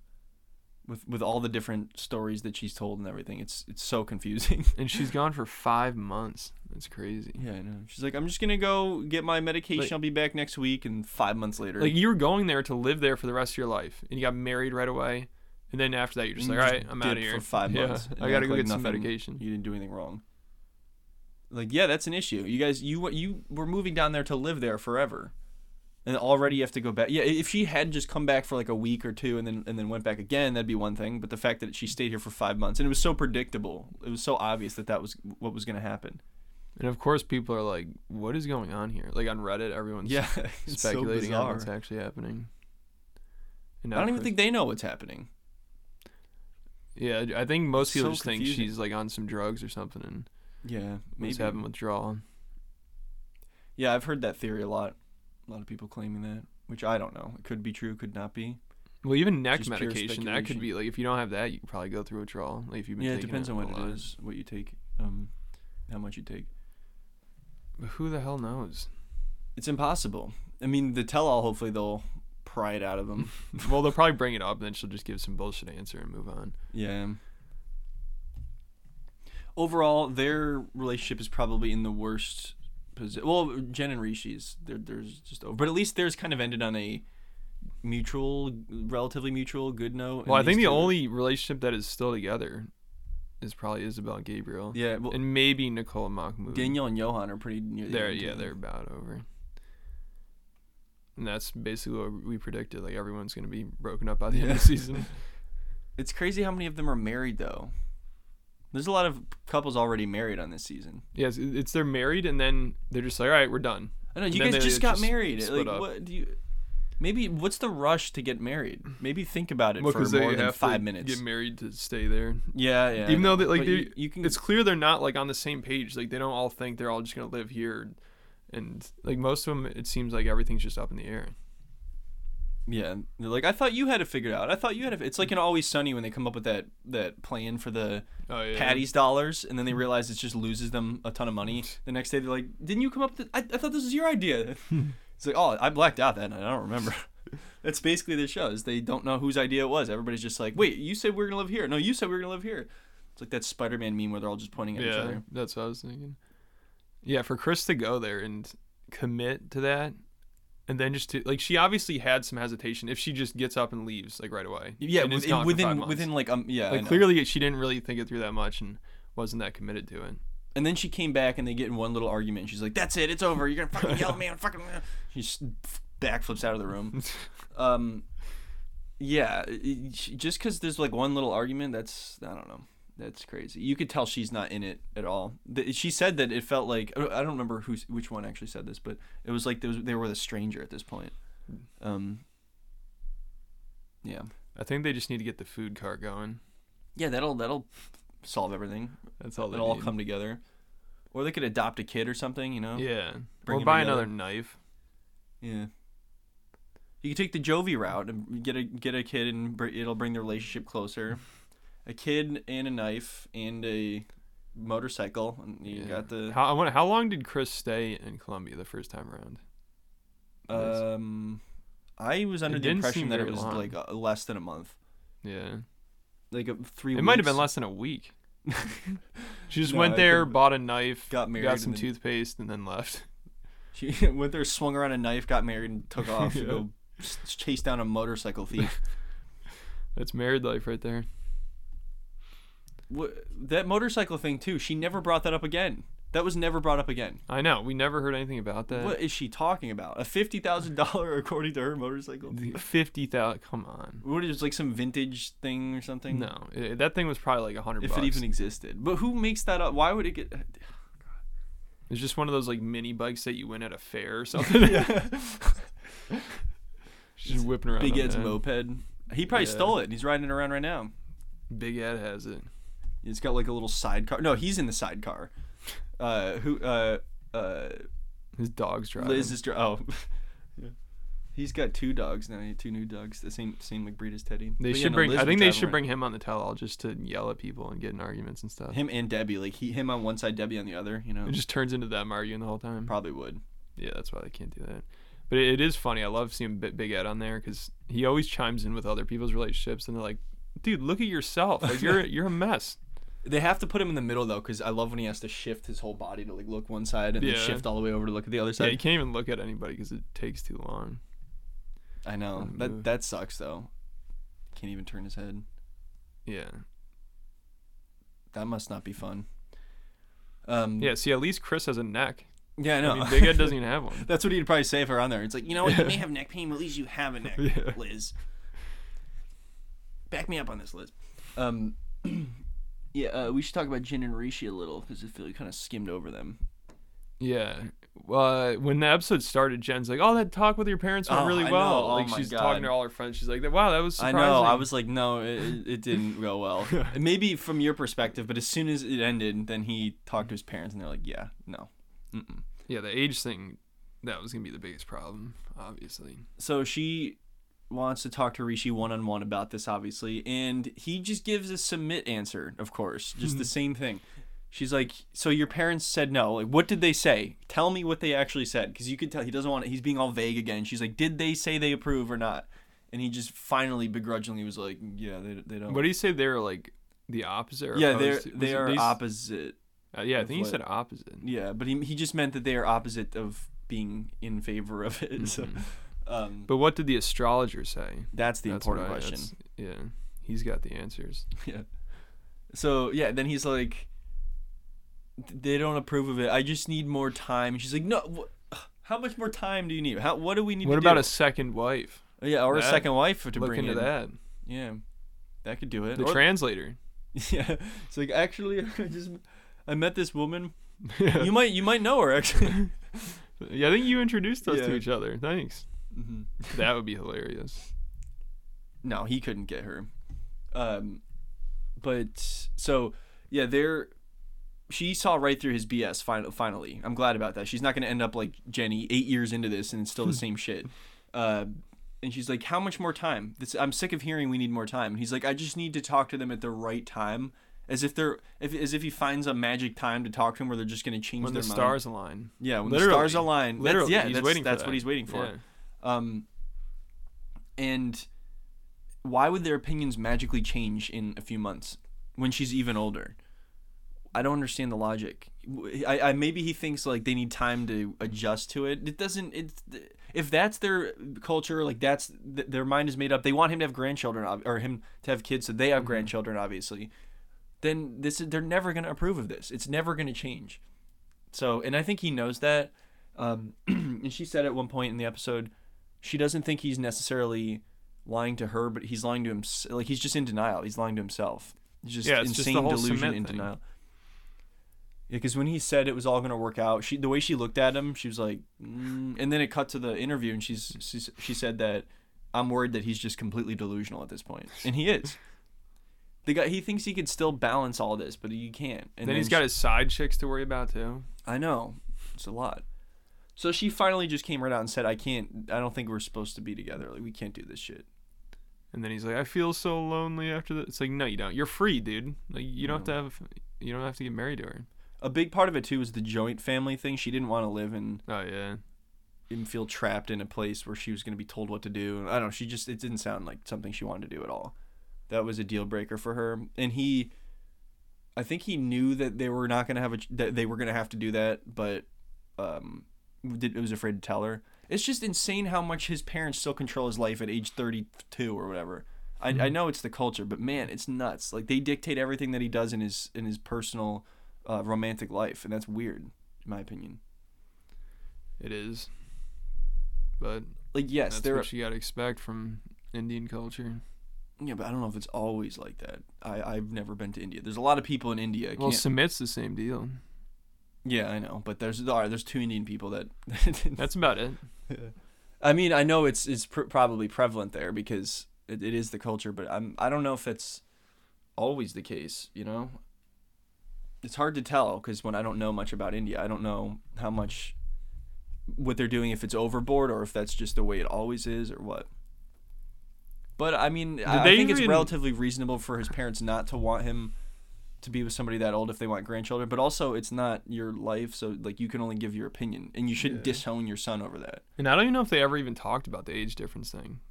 [SPEAKER 1] with with all the different stories that she's told and everything. It's it's so confusing.
[SPEAKER 2] And she's gone for five months. That's crazy.
[SPEAKER 1] yeah, I know. She's like, I'm just gonna go get my medication.
[SPEAKER 2] Like-
[SPEAKER 1] I'll be back next week. And five months later,
[SPEAKER 2] Like you were going there to live there for the rest of your life, and you got married right away, and then after that you're just
[SPEAKER 1] And
[SPEAKER 2] like,
[SPEAKER 1] you
[SPEAKER 2] all
[SPEAKER 1] just
[SPEAKER 2] right, I'm out of
[SPEAKER 1] dip
[SPEAKER 2] here
[SPEAKER 1] for five
[SPEAKER 2] Yeah,
[SPEAKER 1] months and
[SPEAKER 2] I gotta
[SPEAKER 1] act
[SPEAKER 2] go
[SPEAKER 1] like
[SPEAKER 2] get some
[SPEAKER 1] nothing-
[SPEAKER 2] medication.
[SPEAKER 1] you didn't do anything wrong. Like, yeah, that's an issue. You guys, you you were moving down there to live there forever, and already you have to go back. Yeah, if she had just come back for like a week or two and then and then went back again, that'd be one thing. But the fact that she stayed here for five months and it was so predictable, it was so obvious that that was what was gonna happen.
[SPEAKER 2] And of course, people are like, what is going on here? Like on Reddit, everyone's
[SPEAKER 1] Yeah, it's so
[SPEAKER 2] speculating on
[SPEAKER 1] bizarre.
[SPEAKER 2] what's actually happening. And
[SPEAKER 1] I don't
[SPEAKER 2] now
[SPEAKER 1] even
[SPEAKER 2] Chris-
[SPEAKER 1] think they know what's happening.
[SPEAKER 2] Yeah, I- I think most
[SPEAKER 1] It's
[SPEAKER 2] people
[SPEAKER 1] so
[SPEAKER 2] just think
[SPEAKER 1] confusing.
[SPEAKER 2] she's like on some drugs or something and
[SPEAKER 1] Yeah, maybe.
[SPEAKER 2] was having withdrawal.
[SPEAKER 1] Yeah, I've heard that theory a lot. A lot of people claiming that, which I don't know. It could be true, could not be.
[SPEAKER 2] Well, even neck
[SPEAKER 1] Just pure
[SPEAKER 2] medication that could
[SPEAKER 1] speculation.
[SPEAKER 2] be like if you don't have that, you could probably go through withdrawal. Like if you've been
[SPEAKER 1] Yeah, it
[SPEAKER 2] taking
[SPEAKER 1] depends on
[SPEAKER 2] a
[SPEAKER 1] what
[SPEAKER 2] lot.
[SPEAKER 1] it is, what you take, um, how much you take.
[SPEAKER 2] But who the hell knows?
[SPEAKER 1] It's impossible. I mean, the tell-all. Hopefully, they'll pry it out of them.
[SPEAKER 2] well, they'll probably bring it up, and then she'll just give some bullshit answer and move on.
[SPEAKER 1] yeah. Overall, their relationship is probably in the worst position. Well, Jen and Rishi's, there, there's just over, but at least theirs kind of ended on a mutual, relatively mutual good note. and
[SPEAKER 2] Well, I think
[SPEAKER 1] these
[SPEAKER 2] the
[SPEAKER 1] two-
[SPEAKER 2] only relationship that is still together is probably Isabel and Gabriel,
[SPEAKER 1] yeah, well,
[SPEAKER 2] and maybe Nicole and Mahmoud.
[SPEAKER 1] Daniel and Johan are pretty near. the
[SPEAKER 2] They're
[SPEAKER 1] end,
[SPEAKER 2] yeah,
[SPEAKER 1] too.
[SPEAKER 2] they're about over. And that's basically what we predicted. Like everyone's gonna be broken up by the end of the season.
[SPEAKER 1] It's crazy how many of them are married though. There's a lot of couples already married on this season.
[SPEAKER 2] yes, it- it's they're married, and then they're just like, all right, we're done.
[SPEAKER 1] I know
[SPEAKER 2] And
[SPEAKER 1] you
[SPEAKER 2] then
[SPEAKER 1] guys
[SPEAKER 2] they
[SPEAKER 1] just got
[SPEAKER 2] just
[SPEAKER 1] married.
[SPEAKER 2] split
[SPEAKER 1] Like,
[SPEAKER 2] up.
[SPEAKER 1] what do you? Maybe what's the rush to get married? Maybe think about it
[SPEAKER 2] Well,
[SPEAKER 1] for
[SPEAKER 2] 'cause
[SPEAKER 1] more
[SPEAKER 2] they
[SPEAKER 1] than
[SPEAKER 2] have to
[SPEAKER 1] five minutes.
[SPEAKER 2] Get married to stay there.
[SPEAKER 1] yeah, yeah. I
[SPEAKER 2] Even though
[SPEAKER 1] know.
[SPEAKER 2] they- like,
[SPEAKER 1] But
[SPEAKER 2] they-
[SPEAKER 1] you, you can.
[SPEAKER 2] It's clear they're not like on the same page. Like they don't all think they're all just gonna live here, and like most of them, it seems like everything's just up in the air.
[SPEAKER 1] yeah, they're like I thought you had it figured out. I thought you had it. It's like in Always Sunny when they come up with that that plan for the
[SPEAKER 2] Oh yeah. Hmm.
[SPEAKER 1] Patty's dollars, and then they realize it just loses them a ton of money. The next day they're like, "Didn't you come up with? It? I, I thought this was your idea." it's like, "Oh, I blacked out that night. I don't remember." That's basically the show. Is they don't know whose idea it was. Everybody's just like, "Wait, you said we were gonna live here. No, you said we were gonna live here." It's like that Spider-Man meme where they're all just pointing at each
[SPEAKER 2] Yeah,
[SPEAKER 1] other.
[SPEAKER 2] that's what I was thinking. Yeah, for Chris to go there and commit to that, and then just to like she obviously had some hesitation if she just gets up and leaves like right away.
[SPEAKER 1] Yeah,
[SPEAKER 2] and is
[SPEAKER 1] within
[SPEAKER 2] gone for five
[SPEAKER 1] within,
[SPEAKER 2] months.
[SPEAKER 1] within like um yeah. I
[SPEAKER 2] like
[SPEAKER 1] know.
[SPEAKER 2] clearly she didn't really think it through that much and wasn't that committed to it.
[SPEAKER 1] And then she came back and they get in one little argument. And she's like, "That's it. It's over. You're gonna fucking yell at me. I'm fucking." She just backflips out of the room. Um, yeah, i- i- she- just because there's like one little argument, that's I don't know, that's crazy. You could tell she's not in it at all. The, she said that it felt like I don't- I don't remember who's which one actually said this, but it was like there was, they were with a stranger at this point. Um, yeah,
[SPEAKER 2] I think they just need to get the food cart going.
[SPEAKER 1] yeah, that'll that'll solve everything.
[SPEAKER 2] That's all they
[SPEAKER 1] It'll all
[SPEAKER 2] need.
[SPEAKER 1] come together. Or they could adopt a kid or something, you know?
[SPEAKER 2] yeah,
[SPEAKER 1] Bring
[SPEAKER 2] or
[SPEAKER 1] 'em
[SPEAKER 2] buy
[SPEAKER 1] together.
[SPEAKER 2] another knife.
[SPEAKER 1] Yeah. You can take the Jovi route and get a get a kid and br- it'll bring the relationship closer. A kid and a knife and a motorcycle and you
[SPEAKER 2] Yeah.
[SPEAKER 1] got the
[SPEAKER 2] How I wonder, how long did Chris stay in Colombia the first time around?
[SPEAKER 1] um I was under
[SPEAKER 2] It
[SPEAKER 1] the
[SPEAKER 2] didn't
[SPEAKER 1] impression
[SPEAKER 2] seem
[SPEAKER 1] that it
[SPEAKER 2] very
[SPEAKER 1] was
[SPEAKER 2] long.
[SPEAKER 1] like uh, less than a month.
[SPEAKER 2] Yeah,
[SPEAKER 1] Like a 3
[SPEAKER 2] it might have been
[SPEAKER 1] weeks.
[SPEAKER 2] less than a week. She just
[SPEAKER 1] No,
[SPEAKER 2] went
[SPEAKER 1] I
[SPEAKER 2] there,
[SPEAKER 1] think-
[SPEAKER 2] bought a knife,
[SPEAKER 1] Got married
[SPEAKER 2] got
[SPEAKER 1] and
[SPEAKER 2] some
[SPEAKER 1] then-
[SPEAKER 2] toothpaste, and then left.
[SPEAKER 1] She went there, swung around a knife, got married and took off to
[SPEAKER 2] Yeah.
[SPEAKER 1] go s- chase down a motorcycle thief.
[SPEAKER 2] That's married life right there.
[SPEAKER 1] Wha- that motorcycle thing too. She never brought that up again. That was never brought up again.
[SPEAKER 2] I know. We never heard anything about that.
[SPEAKER 1] What is she talking about? A fifty thousand dollar, according to her, motorcycle.
[SPEAKER 2] Fifty thousand. Come on.
[SPEAKER 1] What is like some vintage thing or something?
[SPEAKER 2] No, i that thing was probably like a hundred
[SPEAKER 1] if
[SPEAKER 2] bucks.
[SPEAKER 1] it even e- existed. But who makes that up? Why would it get?
[SPEAKER 2] It's just one of those like mini bikes that you win at a fair or something. She's just whipping around.
[SPEAKER 1] Big
[SPEAKER 2] on
[SPEAKER 1] Ed's
[SPEAKER 2] that.
[SPEAKER 1] moped. He probably
[SPEAKER 2] Yeah.
[SPEAKER 1] stole it. and He's riding it around right now.
[SPEAKER 2] Big Ed has it.
[SPEAKER 1] It's got like a little sidecar. No, he's in the sidecar. Uh, who? Uh, uh,
[SPEAKER 2] His dog's driving.
[SPEAKER 1] Liz is. Dri- oh. He's got two dogs now. He had two new dogs. The same same like breed as Teddy.
[SPEAKER 2] They
[SPEAKER 1] But yeah,
[SPEAKER 2] should
[SPEAKER 1] no,
[SPEAKER 2] bring.
[SPEAKER 1] Liz
[SPEAKER 2] I
[SPEAKER 1] was
[SPEAKER 2] think they
[SPEAKER 1] driving
[SPEAKER 2] should
[SPEAKER 1] around.
[SPEAKER 2] bring him on the tell-all just to yell at people and get in arguments and stuff.
[SPEAKER 1] him and Debbie. Like he, him on one side, Debbie on the other. You know,
[SPEAKER 2] It just turns into them arguing the whole time.
[SPEAKER 1] probably would.
[SPEAKER 2] Yeah, that's why they can't do that. But it, it is funny. I love seeing Bi- Big Ed on there because he always chimes in with other people's relationships, and they're like, dude, look at yourself. Like you're you're a mess.
[SPEAKER 1] They have to put him in the middle though, because I love when he has to shift his whole body to like look one side and
[SPEAKER 2] Yeah.
[SPEAKER 1] then shift all the way over to look at the other
[SPEAKER 2] Yeah, you
[SPEAKER 1] side.
[SPEAKER 2] can't even look at anybody because it takes too long.
[SPEAKER 1] I know
[SPEAKER 2] Mm, yeah.
[SPEAKER 1] that that sucks though. Can't even turn his head.
[SPEAKER 2] Yeah.
[SPEAKER 1] That must not be fun. Um,
[SPEAKER 2] Yeah. See, at least Chris has a neck.
[SPEAKER 1] yeah, I know.
[SPEAKER 2] I mean, Big Ed doesn't even have one.
[SPEAKER 1] That's what he'd probably say if her on there. It's like, you know what, you
[SPEAKER 2] Yeah.
[SPEAKER 1] may have neck pain, but at least you have a neck,
[SPEAKER 2] Yeah.
[SPEAKER 1] Liz. Back me up on this, Liz. Um, yeah, uh, we should talk about Jin and Rishi a little because I feel we kind of skimmed over them.
[SPEAKER 2] Yeah. Uh, when the episode started, Jen's like, "Oh, that talk with your parents went
[SPEAKER 1] Oh,
[SPEAKER 2] really
[SPEAKER 1] I
[SPEAKER 2] well."
[SPEAKER 1] know. Oh
[SPEAKER 2] like
[SPEAKER 1] my
[SPEAKER 2] she's
[SPEAKER 1] God.
[SPEAKER 2] talking to all her friends. She's like, "Wow, that was surprising."
[SPEAKER 1] I know. I was like, no, it, it it didn't go well. Maybe from your perspective, but as soon as it ended, then he talked to his parents, and they're like, yeah, no. Mm-mm.
[SPEAKER 2] Yeah, the age thing, that was gonna be the biggest problem, obviously.
[SPEAKER 1] So she wants to talk to Rishi one on one about this, obviously, and he just gives a submit answer, of course, just the
[SPEAKER 2] Hmm.
[SPEAKER 1] same thing. She's like, so your parents said no. Like, what did they say? Tell me what they actually said, because you could tell he doesn't want it. He's being all vague again. She's like, did they say they approve or not? And he just finally begrudgingly was like, yeah, they, they don't.
[SPEAKER 2] What do you say? They're like the opposite. Or
[SPEAKER 1] yeah, they're
[SPEAKER 2] opposed to- was
[SPEAKER 1] they
[SPEAKER 2] it
[SPEAKER 1] are
[SPEAKER 2] these-
[SPEAKER 1] opposite.
[SPEAKER 2] uh, yeah, I
[SPEAKER 1] of
[SPEAKER 2] think you
[SPEAKER 1] what-
[SPEAKER 2] said opposite.
[SPEAKER 1] Yeah, but he, he just meant that they are opposite of being in favor of it. So, um,
[SPEAKER 2] But what did the astrologer say?
[SPEAKER 1] that's the
[SPEAKER 2] That's what
[SPEAKER 1] important
[SPEAKER 2] I-
[SPEAKER 1] question.
[SPEAKER 2] that's- Yeah, he's got the answers.
[SPEAKER 1] yeah. So yeah, then he's like, they don't approve of it. I just need more time. And she's like, no. Wh- how much more time do you need? How what do we need?
[SPEAKER 2] What
[SPEAKER 1] to
[SPEAKER 2] about
[SPEAKER 1] do?
[SPEAKER 2] a second wife?
[SPEAKER 1] yeah or
[SPEAKER 2] that?
[SPEAKER 1] a second wife to
[SPEAKER 2] Look
[SPEAKER 1] bring
[SPEAKER 2] into
[SPEAKER 1] in?
[SPEAKER 2] that.
[SPEAKER 1] Yeah, that could do it.
[SPEAKER 2] The
[SPEAKER 1] Or-
[SPEAKER 2] translator.
[SPEAKER 1] yeah, it's like actually, I just I met this woman. You might you might know her actually.
[SPEAKER 2] yeah, I think you introduced us to
[SPEAKER 1] Yeah.
[SPEAKER 2] each other. Thanks.
[SPEAKER 1] Mhm.
[SPEAKER 2] That would be hilarious.
[SPEAKER 1] No, he couldn't get her. Um, but so yeah, there. She saw right through his BS. Final, finally, I'm glad about that. She's not going to end up like Jenny, eight years into this, and it's still the
[SPEAKER 2] Hmm.
[SPEAKER 1] same shit. Uh, and she's like, "How much more time? This, I'm sick of hearing we need more time." And he's like, "I just need to talk to them at the right time, as if they're, if, as if he finds a magic time to talk to them, where they're just going to change
[SPEAKER 2] When
[SPEAKER 1] their
[SPEAKER 2] the
[SPEAKER 1] mind.
[SPEAKER 2] stars align.
[SPEAKER 1] yeah, when
[SPEAKER 2] Literally.
[SPEAKER 1] the stars align, That's-
[SPEAKER 2] Literally,
[SPEAKER 1] yeah,
[SPEAKER 2] he's
[SPEAKER 1] that's,
[SPEAKER 2] waiting for
[SPEAKER 1] that's
[SPEAKER 2] that.
[SPEAKER 1] what he's waiting for.
[SPEAKER 2] Yeah.
[SPEAKER 1] Um, and why would their opinions magically change in a few months when she's even older? I don't understand the logic. I, I maybe he thinks like they need time to adjust to it. It doesn't. It's if that's their culture, like that's th- their mind is made up. They want him to have grandchildren ob- or him to have kids, so they have grandchildren, obviously. Then this is- they're never gonna approve of this. It's never gonna change. So, and I think he knows that. Um, and she said at one point in the episode, she doesn't think he's necessarily lying to her, but he's lying to himself. Like he's just in denial. He's lying to himself. It's just
[SPEAKER 2] Yeah, it's just the
[SPEAKER 1] insane
[SPEAKER 2] whole
[SPEAKER 1] delusion
[SPEAKER 2] cement
[SPEAKER 1] and
[SPEAKER 2] thing.
[SPEAKER 1] denial. Yeah, because when he said it was all gonna work out, she the way she looked at him, she was like, mm. and then it cut to the interview, and she's, she's she said that I'm worried that he's just completely delusional at this point, and he is. The guy he thinks he could still balance all this, but you can't. And
[SPEAKER 2] then he's
[SPEAKER 1] she-
[SPEAKER 2] got his side chicks to worry about too.
[SPEAKER 1] I know. It's a lot. So she finally just came right out and said, I can't, I don't think we're supposed to be together. Like, we can't do this shit.
[SPEAKER 2] And then he's like, I feel so lonely after that. It's like, no, you don't. You're free, dude. Like you don't have to have you don't have to get married to her.
[SPEAKER 1] A big part of it, too, was the joint family thing. She didn't want to live in
[SPEAKER 2] Oh yeah.
[SPEAKER 1] and feel trapped in a place where she was going to be told what to do. And I don't know. She just, it didn't sound like something she wanted to do at all. That was a deal breaker for her. And he, I think he knew that they were not going to have a, that they were going to have to do that, but, um, did, was afraid to tell her. It's just insane how much his parents still control his life at age 32 or whatever. I, I know it's the culture, but man, it's nuts. Like they dictate everything that he does in his in his personal, uh, romantic life, and that's weird, in my opinion.
[SPEAKER 2] It is. But
[SPEAKER 1] Like yes,
[SPEAKER 2] that's
[SPEAKER 1] there are
[SPEAKER 2] what you gotta expect from Indian culture.
[SPEAKER 1] Yeah, but I don't know if it's always like that. I, I've never been to India. There's a lot of people in India. I
[SPEAKER 2] Well,
[SPEAKER 1] can't-
[SPEAKER 2] Submit's the same deal.
[SPEAKER 1] yeah, I know. But there's all right, there's two Indian people that.
[SPEAKER 2] That's about it.
[SPEAKER 1] I mean, I know it's it's pr- probably prevalent there because it, it is the culture. But I'm I don't know if it's always the case. You know, it's hard to tell because when I don't know much about India, I don't know how much what they're doing if it's overboard or if that's just the way it always is or what. But I mean, I, I
[SPEAKER 2] they
[SPEAKER 1] think it's
[SPEAKER 2] even-
[SPEAKER 1] relatively reasonable for his parents not to want him to be with somebody that old if they want grandchildren. But also, it's not your life, so like you can only give your opinion, and you shouldn't disown your son over that.
[SPEAKER 2] And I don't even know if they ever even talked about the age difference thing.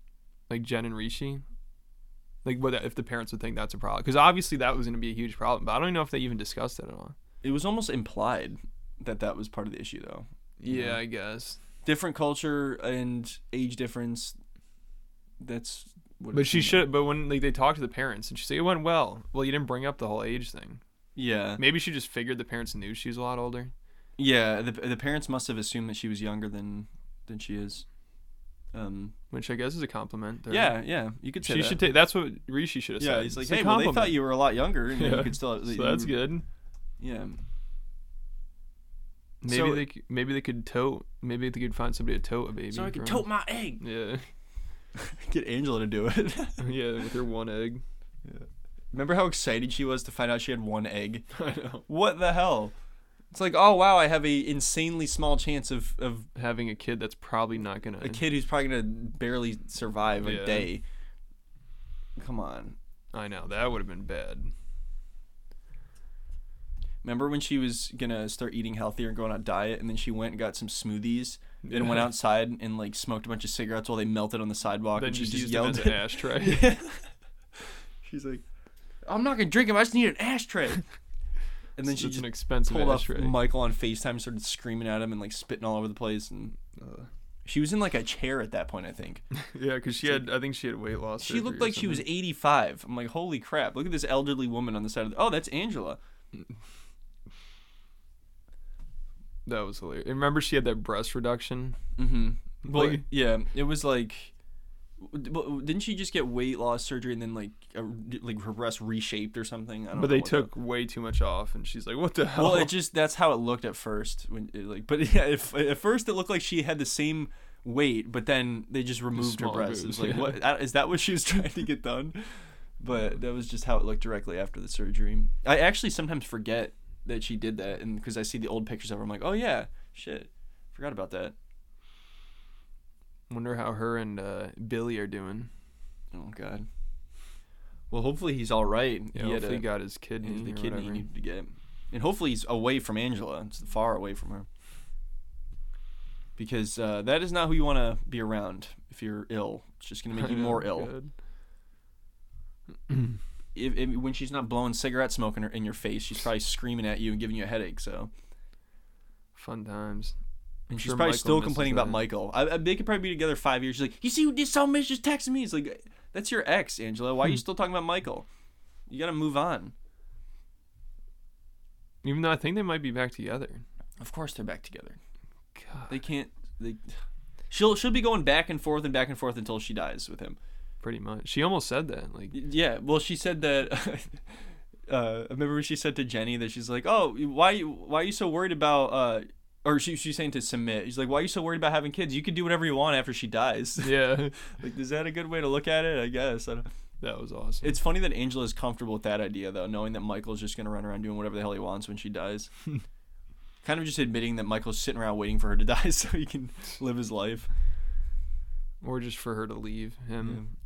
[SPEAKER 2] Like Jen and Rishi. Like, what if the parents would think that's a problem? Because obviously that was going to be a huge problem. But I don't even know if they even discussed it at all.
[SPEAKER 1] It was almost implied that that was part of the issue, though.
[SPEAKER 2] Yeah, I guess.
[SPEAKER 1] Different culture and age difference. That's what. it
[SPEAKER 2] But
[SPEAKER 1] seemed
[SPEAKER 2] she
[SPEAKER 1] like.
[SPEAKER 2] should. But when like they talked to the parents and she said it went well. Well, you didn't bring up the whole age thing.
[SPEAKER 1] Yeah,
[SPEAKER 2] Maybe she just figured the parents knew she was a lot older.
[SPEAKER 1] yeah. The the parents must have assumed that she was younger than than she is. Um.
[SPEAKER 2] Which I guess is a compliment. to her.
[SPEAKER 1] Yeah, yeah. You could say
[SPEAKER 2] She
[SPEAKER 1] that.
[SPEAKER 2] should take. That's what Rishi should have
[SPEAKER 1] Yeah,
[SPEAKER 2] said.
[SPEAKER 1] he's like,
[SPEAKER 2] It's a
[SPEAKER 1] hey, well, they thought
[SPEAKER 2] compliment."
[SPEAKER 1] you were a lot younger, and
[SPEAKER 2] Yeah.
[SPEAKER 1] you could still.
[SPEAKER 2] So that's good.
[SPEAKER 1] Yeah.
[SPEAKER 2] Maybe
[SPEAKER 1] So-
[SPEAKER 2] they c- maybe they could tote. Maybe they could find somebody to tote a baby. from.
[SPEAKER 1] my egg.
[SPEAKER 2] Yeah,
[SPEAKER 1] Get Angela to do it.
[SPEAKER 2] yeah, with her one egg.
[SPEAKER 1] Remember how excited she was to find out she had one egg?
[SPEAKER 2] I know.
[SPEAKER 1] What the hell? It's like, oh wow, I have a insanely small chance of of
[SPEAKER 2] Having a kid that's probably not gonna.
[SPEAKER 1] a kid who's probably gonna barely survive a
[SPEAKER 2] Yeah.
[SPEAKER 1] day. Come on.
[SPEAKER 2] I know that would have been bad.
[SPEAKER 1] Remember when she was gonna start eating healthier and going on a diet, and then she went and got some smoothies, then went outside and like smoked a bunch of cigarettes while they melted on the sidewalk,
[SPEAKER 2] Then
[SPEAKER 1] and she
[SPEAKER 2] just,
[SPEAKER 1] just,
[SPEAKER 2] used
[SPEAKER 1] yelled.
[SPEAKER 2] them as an ashtray.
[SPEAKER 1] She's like, "I'm not gonna drink them. I just need an ashtray." and then she
[SPEAKER 2] It's
[SPEAKER 1] just
[SPEAKER 2] an expensive
[SPEAKER 1] pulled up
[SPEAKER 2] ashtray.
[SPEAKER 1] Michael on Facetime, and started screaming at him and like spitting all over the place, and she was in like a chair at that point, I think.
[SPEAKER 2] yeah, because she had. I think she had weight loss.
[SPEAKER 1] She looked like she was 85. I'm like, holy crap! Look at this elderly woman on the side of the. Oh, that's Angela.
[SPEAKER 2] That was hilarious. And remember, she had that breast reduction.
[SPEAKER 1] Mm-hmm. Well,
[SPEAKER 2] Like-
[SPEAKER 1] yeah, it was like. w- w- Didn't she just get weight loss surgery and then like a, like her breast reshaped or something? I don't know
[SPEAKER 2] But they
[SPEAKER 1] what the-
[SPEAKER 2] took way too much off, and she's like, "What the hell?"
[SPEAKER 1] Well, it just that's how it looked at first when it, like but yeah, if, at first it looked like she had the same weight, but then they just removed her
[SPEAKER 2] small
[SPEAKER 1] breasts. It was
[SPEAKER 2] boobs,
[SPEAKER 1] like what that- is that what she was trying to get done? But that was just how it looked directly after the surgery. I actually sometimes forget that she did that and cuz I see the old pictures of her I'm like, "Oh yeah, shit. Forgot about that."
[SPEAKER 2] Wonder how her and uh, Billy are doing.
[SPEAKER 1] Oh god. Well, hopefully he's all right.
[SPEAKER 2] Yeah,
[SPEAKER 1] he had
[SPEAKER 2] hopefully
[SPEAKER 1] a-
[SPEAKER 2] got his kidney.
[SPEAKER 1] the
[SPEAKER 2] or
[SPEAKER 1] kidney he
[SPEAKER 2] Mm, whatever.
[SPEAKER 1] needed to get. And hopefully he's away from Angela. It's far away from her. Because uh, that is not who you want to be around if you're ill. It's just going to make
[SPEAKER 2] I
[SPEAKER 1] you
[SPEAKER 2] know,
[SPEAKER 1] more ill.
[SPEAKER 2] God.
[SPEAKER 1] If, if, when she's not blowing cigarette smoke in, her, in your face, she's probably screaming at you and giving you a headache. So,
[SPEAKER 2] Fun times. I'm
[SPEAKER 1] and she's
[SPEAKER 2] sure
[SPEAKER 1] probably
[SPEAKER 2] Michael
[SPEAKER 1] still
[SPEAKER 2] misses
[SPEAKER 1] complaining about
[SPEAKER 2] that.
[SPEAKER 1] Michael. I, I, they could probably be together five years. She's like, "You see who this some bitch just texting me?" It's like, "That's your ex, Angela. Why are
[SPEAKER 2] Hmm.
[SPEAKER 1] you still talking about Michael? You got to move on."
[SPEAKER 2] Even though I think they might be back together.
[SPEAKER 1] Of course, they're back together.
[SPEAKER 2] God,
[SPEAKER 1] They can't. They. She'll she'll be going back and forth and back and forth until she dies with him.
[SPEAKER 2] pretty much. She almost said that. Like,
[SPEAKER 1] Y- Yeah. Well, she said that. uh, remember when she said to Jenny that she's like, "Oh, why you why are you so worried about?" Uh, or she she's saying to submit. She's like, "Why are you so worried about having kids? You can do whatever you want after she dies."
[SPEAKER 2] yeah,
[SPEAKER 1] like, is that a good way to look at it? I guess. I don't,
[SPEAKER 2] that was awesome.
[SPEAKER 1] it's funny that Angela is comfortable with that idea though, knowing that Michael's just gonna run around doing whatever the hell he wants when she dies. kind of just admitting that Michael's sitting around waiting for her to die so he can live his life.
[SPEAKER 2] or just for her to leave him.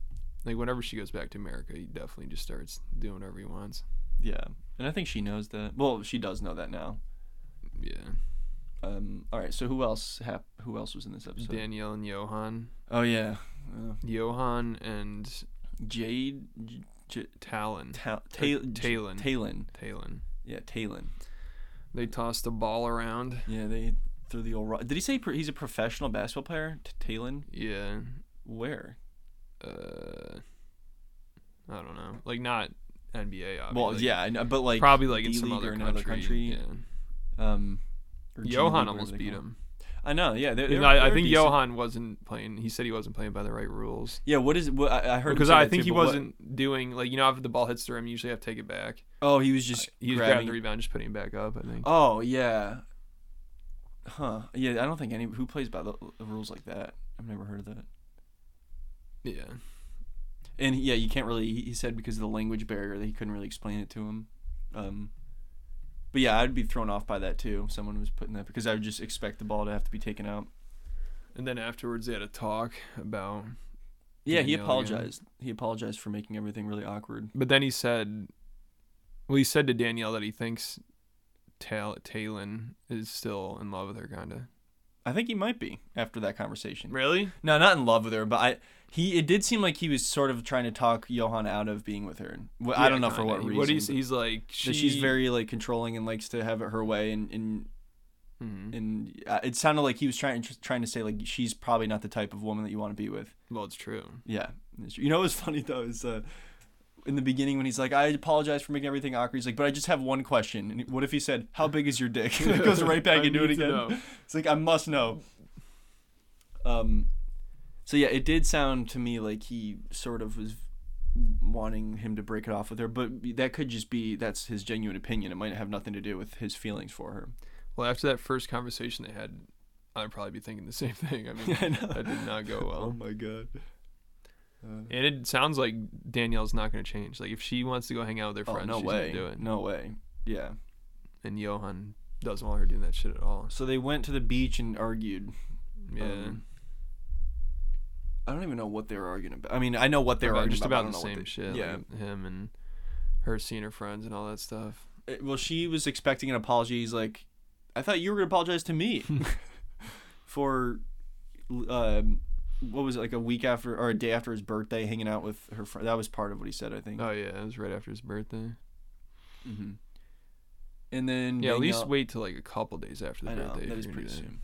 [SPEAKER 2] Like, whenever she goes back to America, he definitely just starts doing whatever he wants.
[SPEAKER 1] Yeah, and I think she knows that. Well, she does know that now.
[SPEAKER 2] Yeah.
[SPEAKER 1] Um, all right, so who else? Hap- who else was in this episode?
[SPEAKER 2] Danielle and Johan.
[SPEAKER 1] Oh yeah, uh,
[SPEAKER 2] Johan and
[SPEAKER 1] Jade, J- J-
[SPEAKER 2] Talon.
[SPEAKER 1] Ta- Ta-
[SPEAKER 2] Or
[SPEAKER 1] J-
[SPEAKER 2] Talon.
[SPEAKER 1] Talon.
[SPEAKER 2] Talon.
[SPEAKER 1] Yeah, Talon.
[SPEAKER 2] They tossed the ball around.
[SPEAKER 1] Yeah, they threw the old. Ro- Did he say pro- he's a professional basketball player? T- Talon.
[SPEAKER 2] Yeah.
[SPEAKER 1] Where?
[SPEAKER 2] Uh, I don't know. Like, not NBA, obviously.
[SPEAKER 1] well, yeah, I know, but like
[SPEAKER 2] Probably like in
[SPEAKER 1] D
[SPEAKER 2] some
[SPEAKER 1] League
[SPEAKER 2] other
[SPEAKER 1] or
[SPEAKER 2] country.
[SPEAKER 1] another country.
[SPEAKER 2] Yeah.
[SPEAKER 1] Um, or G League,
[SPEAKER 2] Johan
[SPEAKER 1] whatever
[SPEAKER 2] almost
[SPEAKER 1] they
[SPEAKER 2] beat
[SPEAKER 1] call it.
[SPEAKER 2] him.
[SPEAKER 1] I know. Yeah, they
[SPEAKER 2] And I, I think Johan wasn't playing. He said he wasn't playing by the right rules
[SPEAKER 1] Yeah, what is? What, I I heard him
[SPEAKER 2] because
[SPEAKER 1] say
[SPEAKER 2] I
[SPEAKER 1] that
[SPEAKER 2] think
[SPEAKER 1] too,
[SPEAKER 2] he
[SPEAKER 1] but what-
[SPEAKER 2] wasn't doing like you know if the ball hits the rim, you usually have to take it back.
[SPEAKER 1] oh, he was just
[SPEAKER 2] He was grabbing
[SPEAKER 1] grabbing
[SPEAKER 2] the rebound, just putting it back up. I think.
[SPEAKER 1] Oh yeah. Huh. Yeah, I don't think any who plays by the, the rules like that. I've never heard of that.
[SPEAKER 2] Yeah,
[SPEAKER 1] And yeah, you can't really. He he said because of the language barrier that he couldn't really explain it to him. Um, but yeah, I'd be thrown off by that too. If someone was putting that because I would just expect the ball to have to be taken out.
[SPEAKER 2] and then afterwards they had a talk about.
[SPEAKER 1] Yeah, he
[SPEAKER 2] Danielle again.
[SPEAKER 1] apologized. He apologized for making everything really awkward.
[SPEAKER 2] But then he said, well, he said to Danielle that he thinks Tal- Talon is still in love with her, kinda.
[SPEAKER 1] I I think he might be after that conversation.
[SPEAKER 2] Really?
[SPEAKER 1] No, not in love with her, but I he it did seem like he was sort of trying to talk Johan out of being with her. And wh- I don't know for what reason.
[SPEAKER 2] What he's
[SPEAKER 1] but
[SPEAKER 2] he's like she,
[SPEAKER 1] that she's very like controlling and likes to have it her way and and
[SPEAKER 2] Mhm.
[SPEAKER 1] and uh, it sounded like he was trying trying to say like she's probably not the type of woman that you want to be with.
[SPEAKER 2] well, it's true.
[SPEAKER 1] Yeah. It's- You know what's funny though is uh, in the beginning when he's like, I apologize for making everything awkward. He's like, but I just have one question. And what if he said, How big is your dick? And it goes right back
[SPEAKER 2] I
[SPEAKER 1] into it
[SPEAKER 2] need to
[SPEAKER 1] again.
[SPEAKER 2] know.
[SPEAKER 1] It's like I must know. Um, so yeah, it did sound to me like he sort of was wanting him to break it off with her, but that could just be that's his genuine opinion. It might have nothing to do with his feelings for her.
[SPEAKER 2] Well, after that first conversation they had, I'd probably be thinking the same thing. I mean,
[SPEAKER 1] I know.
[SPEAKER 2] that did not go Oh, well.
[SPEAKER 1] Oh my god.
[SPEAKER 2] And it sounds like Danielle's not going to change. Like if she wants to go hang out with her
[SPEAKER 1] Oh
[SPEAKER 2] friends,
[SPEAKER 1] no
[SPEAKER 2] she's
[SPEAKER 1] way.
[SPEAKER 2] going to do it.
[SPEAKER 1] No way. Yeah.
[SPEAKER 2] And Johan doesn't want her doing that shit at all.
[SPEAKER 1] So they went to the beach and argued.
[SPEAKER 2] Yeah.
[SPEAKER 1] Um, I don't even know what they were arguing about. I mean, I know what they were
[SPEAKER 2] About-
[SPEAKER 1] arguing
[SPEAKER 2] just
[SPEAKER 1] about.
[SPEAKER 2] about
[SPEAKER 1] but
[SPEAKER 2] the
[SPEAKER 1] I don't know what
[SPEAKER 2] same
[SPEAKER 1] they-
[SPEAKER 2] shit.
[SPEAKER 1] Yeah.
[SPEAKER 2] like him and her seeing her friends and all that stuff.
[SPEAKER 1] Uh, well, she was expecting an apology. He's like, I thought you were gonna apologize to me for, um, what was it like a week after or a day after his birthday, hanging out with her friend. That was part of what he said, I think.
[SPEAKER 2] Oh yeah, it was right after his birthday.
[SPEAKER 1] hmm And then
[SPEAKER 2] Yeah, at least
[SPEAKER 1] Danielle-
[SPEAKER 2] wait till like a couple days after the
[SPEAKER 1] I know
[SPEAKER 2] birthday.
[SPEAKER 1] that
[SPEAKER 2] if
[SPEAKER 1] is
[SPEAKER 2] you're
[SPEAKER 1] pretty
[SPEAKER 2] gonna do
[SPEAKER 1] soon.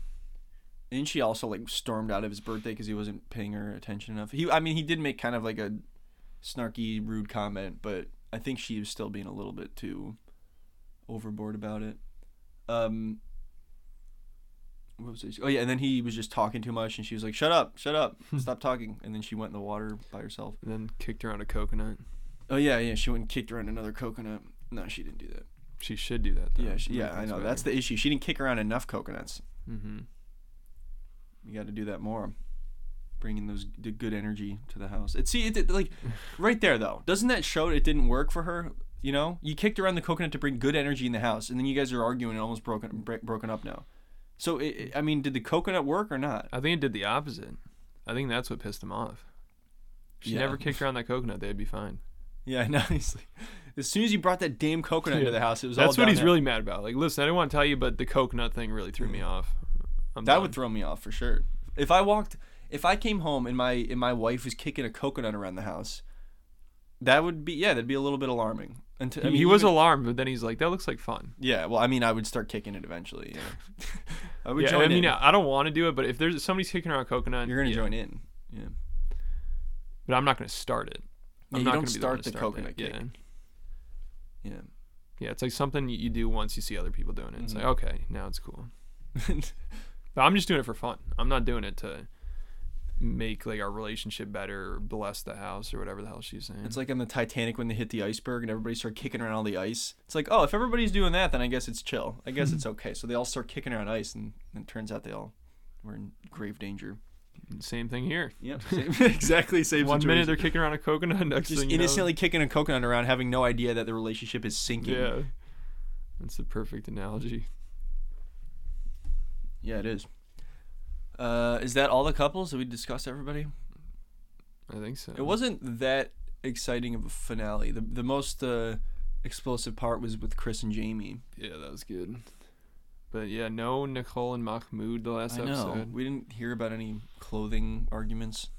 [SPEAKER 1] And she also like stormed out of his birthday because he wasn't paying her attention enough. He, I mean, he did make kind of like a snarky, rude comment, but I think she was still being a little bit too overboard about it. Um, what was it? Oh yeah, and then he was just talking too much, and she was like, "Shut up, shut up, stop talking." And then she went in the water by herself.
[SPEAKER 2] And then kicked around a coconut.
[SPEAKER 1] Oh yeah, yeah, she went and kicked around another coconut. No, she didn't do that.
[SPEAKER 2] She should do that. Though.
[SPEAKER 1] Yeah, she, yeah, I know. That's the issue. She didn't kick around enough coconuts.
[SPEAKER 2] Mm-hmm.
[SPEAKER 1] You got to do that more. Bringing those the good energy to the house. It see it, it like right there though. Doesn't that show it didn't work for her? You know, you kicked around the coconut to bring good energy in the house, and then you guys are arguing and almost broken bre- broken up now. So it, it- I mean, did the coconut work or not?
[SPEAKER 2] I think it did the opposite. I think that's what pissed him off. If She
[SPEAKER 1] Yeah.
[SPEAKER 2] never kicked around that coconut. They'd be fine.
[SPEAKER 1] Yeah, I know. He's like, as soon as you brought that damn coconut into the house, it was all
[SPEAKER 2] That's what
[SPEAKER 1] down
[SPEAKER 2] he's
[SPEAKER 1] there.
[SPEAKER 2] really mad about. Like, listen, I didn't want to tell you, but the coconut thing really threw me off. I'm
[SPEAKER 1] Mm. That
[SPEAKER 2] done.
[SPEAKER 1] would throw me off for sure. If I walked, if I came home and my and my wife was kicking a coconut around the house, that would be yeah, that'd be a little bit alarming. Until,
[SPEAKER 2] He-
[SPEAKER 1] I mean,
[SPEAKER 2] he was
[SPEAKER 1] even-
[SPEAKER 2] alarmed, but then he's like, "That looks like fun."
[SPEAKER 1] Yeah, well, I mean, I would start kicking it eventually. Yeah. I would
[SPEAKER 2] Yeah,
[SPEAKER 1] join
[SPEAKER 2] I mean,
[SPEAKER 1] in.
[SPEAKER 2] I I don't want to do it, but if there's somebody's kicking around a coconut,
[SPEAKER 1] You're gonna
[SPEAKER 2] yeah,
[SPEAKER 1] join in. Yeah.
[SPEAKER 2] But I'm not gonna start it.
[SPEAKER 1] you
[SPEAKER 2] I'm not
[SPEAKER 1] don't
[SPEAKER 2] gonna be one
[SPEAKER 1] start
[SPEAKER 2] to
[SPEAKER 1] the coconut
[SPEAKER 2] that. Yeah.
[SPEAKER 1] kick. Yeah.
[SPEAKER 2] Yeah, it's like something you- you do once you see other people doing it. It's like,
[SPEAKER 1] Mm-hmm.
[SPEAKER 2] okay, now it's cool. But I'm just doing it for fun. I'm not doing it to make like our relationship better or bless the house or whatever the hell she's saying.
[SPEAKER 1] it's like on the Titanic when they hit the iceberg and everybody started kicking around all the ice. It's like, oh, if everybody's doing that, then I guess it's chill. I guess it's okay. So they all start kicking around ice, and, and it turns out they all were in grave danger.
[SPEAKER 2] Same thing here.
[SPEAKER 1] Yep. Same, exactly same
[SPEAKER 2] One minute
[SPEAKER 1] situation.
[SPEAKER 2] they're kicking around a coconut, next
[SPEAKER 1] just
[SPEAKER 2] thing you know-
[SPEAKER 1] innocently kicking a coconut around, having no idea that the relationship is sinking.
[SPEAKER 2] yeah, that's the perfect analogy.
[SPEAKER 1] Yeah, it is. Uh, is that all the couples that we discussed, everybody?
[SPEAKER 2] I think so.
[SPEAKER 1] It wasn't that exciting of a finale. The the most uh, explosive part was with Chris and Jamie.
[SPEAKER 2] Yeah, that was good. But yeah, no Nicole and Mahmoud the last
[SPEAKER 1] I know.
[SPEAKER 2] episode.
[SPEAKER 1] We didn't hear about any clothing arguments.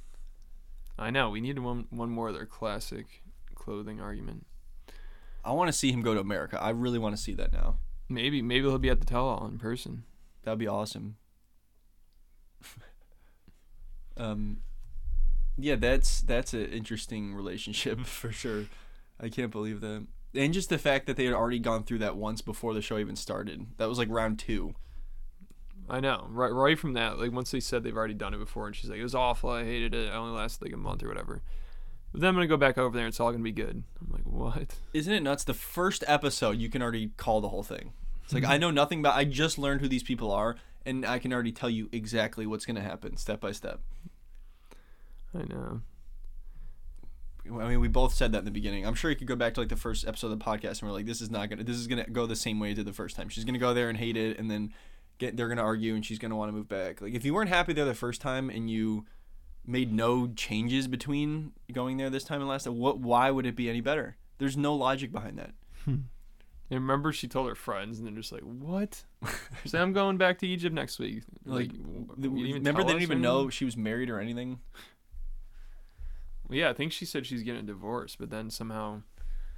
[SPEAKER 2] I know. We needed one one more of their classic clothing argument.
[SPEAKER 1] I want to see him go to America. I really want to see that now.
[SPEAKER 2] Maybe maybe he'll be at the tell all in person.
[SPEAKER 1] That'd be awesome. um, yeah, that's that's an interesting relationship for sure. I can't believe that. And just the fact that they had already gone through that once before the show even started. That was like round two.
[SPEAKER 2] I know. Right right from that, like once they said they've already done it before and she's like, It was awful, I hated it, it only lasted like a month or whatever. But then I'm gonna go back over there and it's all gonna be good. I'm like, What?
[SPEAKER 1] Isn't it nuts? The first episode, you can already call the whole thing. It's like I know nothing about. I just learned who these people are, and I can already tell you exactly what's gonna happen step by step.
[SPEAKER 2] I know.
[SPEAKER 1] I mean, we both said that in the beginning. I'm sure you could go back to like the first episode of the podcast, and we're like, "This is not gonna. This is gonna go the same way it did the first time. She's gonna go there and hate it, and then get. They're gonna argue, and she's gonna want to move back. Like, if you weren't happy there the first time, and you made no changes between going there this time and last time, what? Why would it be any better? There's no logic behind that.
[SPEAKER 2] And remember, she told her friends, and they're just like, "What?" She said, "I'm going back to Egypt next week."
[SPEAKER 1] Like,
[SPEAKER 2] w-
[SPEAKER 1] The-
[SPEAKER 2] you didn't even
[SPEAKER 1] remember,
[SPEAKER 2] tell
[SPEAKER 1] they didn't
[SPEAKER 2] us or
[SPEAKER 1] even
[SPEAKER 2] anything?
[SPEAKER 1] know she was married or anything.
[SPEAKER 2] Yeah, I think she said she's getting a divorce, but then somehow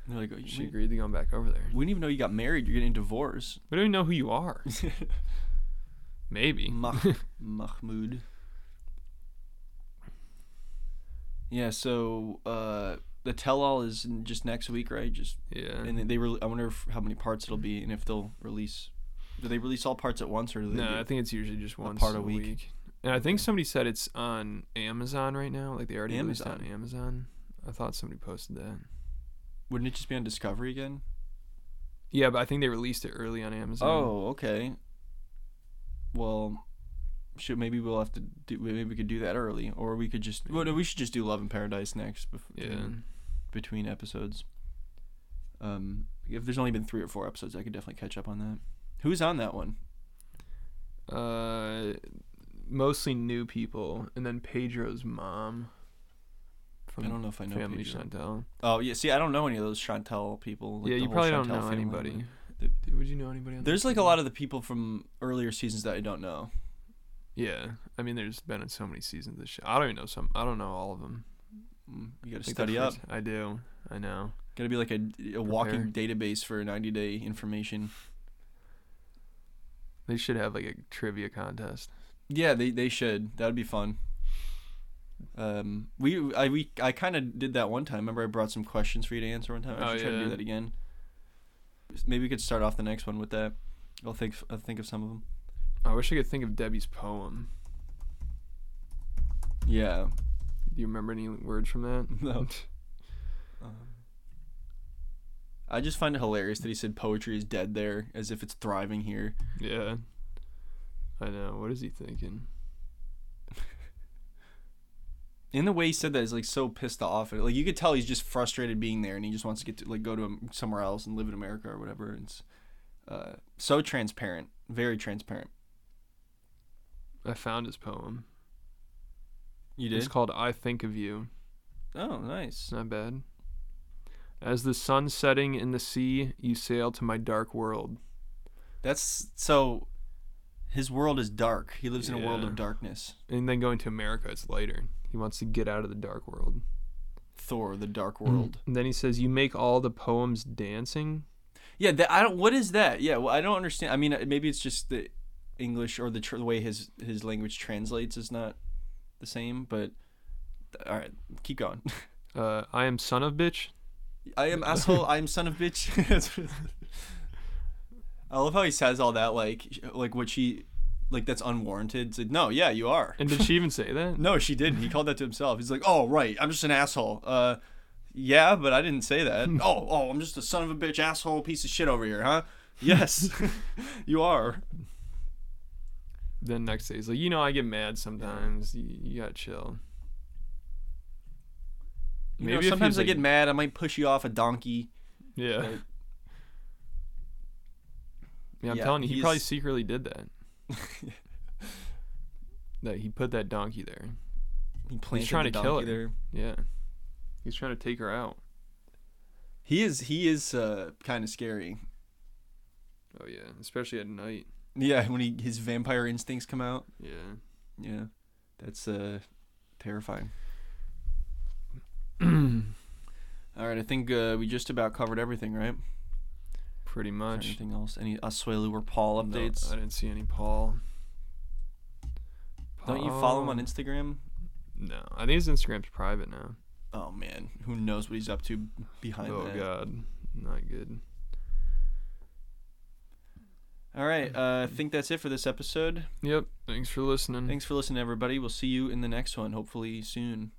[SPEAKER 1] They're like, "Oh,
[SPEAKER 2] she
[SPEAKER 1] we,
[SPEAKER 2] agreed to going back over there.
[SPEAKER 1] we didn't even know you got married. You're getting a divorce.
[SPEAKER 2] We don't even know who you are. Maybe.
[SPEAKER 1] Mah- Mahmoud. Yeah, so uh, the tell-all is n- just next week, right? Just
[SPEAKER 2] Yeah.
[SPEAKER 1] and they- they re- I wonder if, how many parts it'll be, and if they'll release. Do they release all parts at once, or do they?
[SPEAKER 2] No, I
[SPEAKER 1] do-
[SPEAKER 2] think it's usually just once
[SPEAKER 1] part
[SPEAKER 2] a,
[SPEAKER 1] a
[SPEAKER 2] week.
[SPEAKER 1] week.
[SPEAKER 2] And I think somebody said it's on Amazon right now. Like they already released it on
[SPEAKER 1] Amazon.
[SPEAKER 2] Amazon. I thought somebody posted that.
[SPEAKER 1] wouldn't it just be on Discovery again?
[SPEAKER 2] Yeah, but I think they released it early on Amazon.
[SPEAKER 1] Oh, okay. Well, should maybe we'll have to do. Maybe we could do that early, or we could just. Well, no, we should just do Love in Paradise next. Bef-
[SPEAKER 2] Yeah.
[SPEAKER 1] between episodes. Um, if there's only been three or four episodes, I could definitely catch up on that. Who's on that one?
[SPEAKER 2] Uh, mostly new people, and then Pedro's mom. From
[SPEAKER 1] I don't know if I know.
[SPEAKER 2] Family
[SPEAKER 1] Pedro.
[SPEAKER 2] Chantel.
[SPEAKER 1] Oh yeah, see, I don't know any of those Chantel people. like
[SPEAKER 2] yeah,
[SPEAKER 1] the
[SPEAKER 2] you
[SPEAKER 1] whole
[SPEAKER 2] probably don't
[SPEAKER 1] Chantel
[SPEAKER 2] know
[SPEAKER 1] family.
[SPEAKER 2] anybody.
[SPEAKER 1] The-
[SPEAKER 2] Dude, Would you know anybody? On
[SPEAKER 1] There's like a lot of the people from earlier seasons that I don't know.
[SPEAKER 2] Yeah, I mean, there's been so many seasons of this show. I don't even know some. I don't know all of them.
[SPEAKER 1] Mm, You got
[SPEAKER 2] I
[SPEAKER 1] to
[SPEAKER 2] think the
[SPEAKER 1] study up.
[SPEAKER 2] first- I do. I know.
[SPEAKER 1] Got to be like a, a walking database for 90 day information.
[SPEAKER 2] They should have like a trivia contest.
[SPEAKER 1] Yeah, they they should. That'd be fun. Um, we I we I kind of did that one time. Remember, I brought some questions for you to answer one time. I
[SPEAKER 2] Oh,
[SPEAKER 1] should try to
[SPEAKER 2] yeah.
[SPEAKER 1] do that again. Maybe we could start off the next one with that. I'll think I'll think of some of them.
[SPEAKER 2] I wish I could think of Debbie's poem.
[SPEAKER 1] Yeah.
[SPEAKER 2] Do you remember any words from that?
[SPEAKER 1] No. Um, I just find it hilarious that he said poetry is dead there, as if it's thriving here.
[SPEAKER 2] yeah. I know. What is he thinking?
[SPEAKER 1] And the way he said that is like so pissed off. Like you could tell he's just frustrated being there, and he just wants to get to like go to um, somewhere else and live in America or whatever. It's uh, so transparent, very transparent.
[SPEAKER 2] I found his poem.
[SPEAKER 1] You
[SPEAKER 2] It's called I Think of You.
[SPEAKER 1] Oh, nice.
[SPEAKER 2] It's not bad. As the sun setting in the sea, you sail to my dark world.
[SPEAKER 1] That's so. His world is dark. He lives in a world
[SPEAKER 2] Yeah.
[SPEAKER 1] of darkness.
[SPEAKER 2] And then going to America, it's later. He wants to get out of the dark world.
[SPEAKER 1] Thor, the dark world.
[SPEAKER 2] And then he says, You make all the poems dancing?
[SPEAKER 1] Yeah, that, I don't. What is that? Yeah, well, I don't understand. I mean, uh, maybe it's just the English or the, tr- the way his his language translates is not the same. But all right, keep going.
[SPEAKER 2] Uh, I am son of bitch.
[SPEAKER 1] I am asshole. I am son of bitch. That's what- I love how he says all that. Like, like what she, like that's unwarranted. It's like, no, yeah, you are.
[SPEAKER 2] And did she even say that?
[SPEAKER 1] No, she didn't. He called that to himself. He's like, "Oh, right. I'm just an asshole." Uh, yeah, but I didn't say that. oh, oh, I'm just a son of a bitch, asshole, piece of shit over here, huh? Yes, you are.
[SPEAKER 2] Then next day he's like, You know, I get mad sometimes. You, you gotta chill.
[SPEAKER 1] You
[SPEAKER 2] Maybe if
[SPEAKER 1] know,
[SPEAKER 2] he
[SPEAKER 1] sometimes
[SPEAKER 2] was
[SPEAKER 1] I
[SPEAKER 2] like-
[SPEAKER 1] get mad. I might push you off a donkey.
[SPEAKER 2] Yeah.
[SPEAKER 1] Right.
[SPEAKER 2] Yeah, I'm
[SPEAKER 1] Yeah,
[SPEAKER 2] telling you, he
[SPEAKER 1] he
[SPEAKER 2] probably
[SPEAKER 1] is-
[SPEAKER 2] secretly did that. that he put that donkey there.
[SPEAKER 1] He planted
[SPEAKER 2] trying
[SPEAKER 1] the
[SPEAKER 2] to kill
[SPEAKER 1] donkey
[SPEAKER 2] her.
[SPEAKER 1] there.
[SPEAKER 2] Yeah. He's trying to take her out.
[SPEAKER 1] He is. He is uh, kind of scary.
[SPEAKER 2] Oh yeah, especially at night.
[SPEAKER 1] Yeah, when he his vampire instincts come out.
[SPEAKER 2] Yeah.
[SPEAKER 1] Yeah, that's uh, terrifying. All right, I think uh, we just about covered everything, right?
[SPEAKER 2] Pretty
[SPEAKER 1] Is there
[SPEAKER 2] much.
[SPEAKER 1] Anything else? Any Asuelu or Paul
[SPEAKER 2] No,
[SPEAKER 1] updates?
[SPEAKER 2] I didn't see any Paul.
[SPEAKER 1] Don't you follow him on
[SPEAKER 2] Paul-
[SPEAKER 1] Instagram?
[SPEAKER 2] No, I think his Instagram's private now.
[SPEAKER 1] Oh man, who knows what he's up to behind
[SPEAKER 2] oh
[SPEAKER 1] that?
[SPEAKER 2] god, not good.
[SPEAKER 1] All right, uh, I think that's it for this episode.
[SPEAKER 2] Mm-hmm. Yep. Thanks for listening.
[SPEAKER 1] Thanks for listening, everybody. We'll see you in the next one, hopefully soon.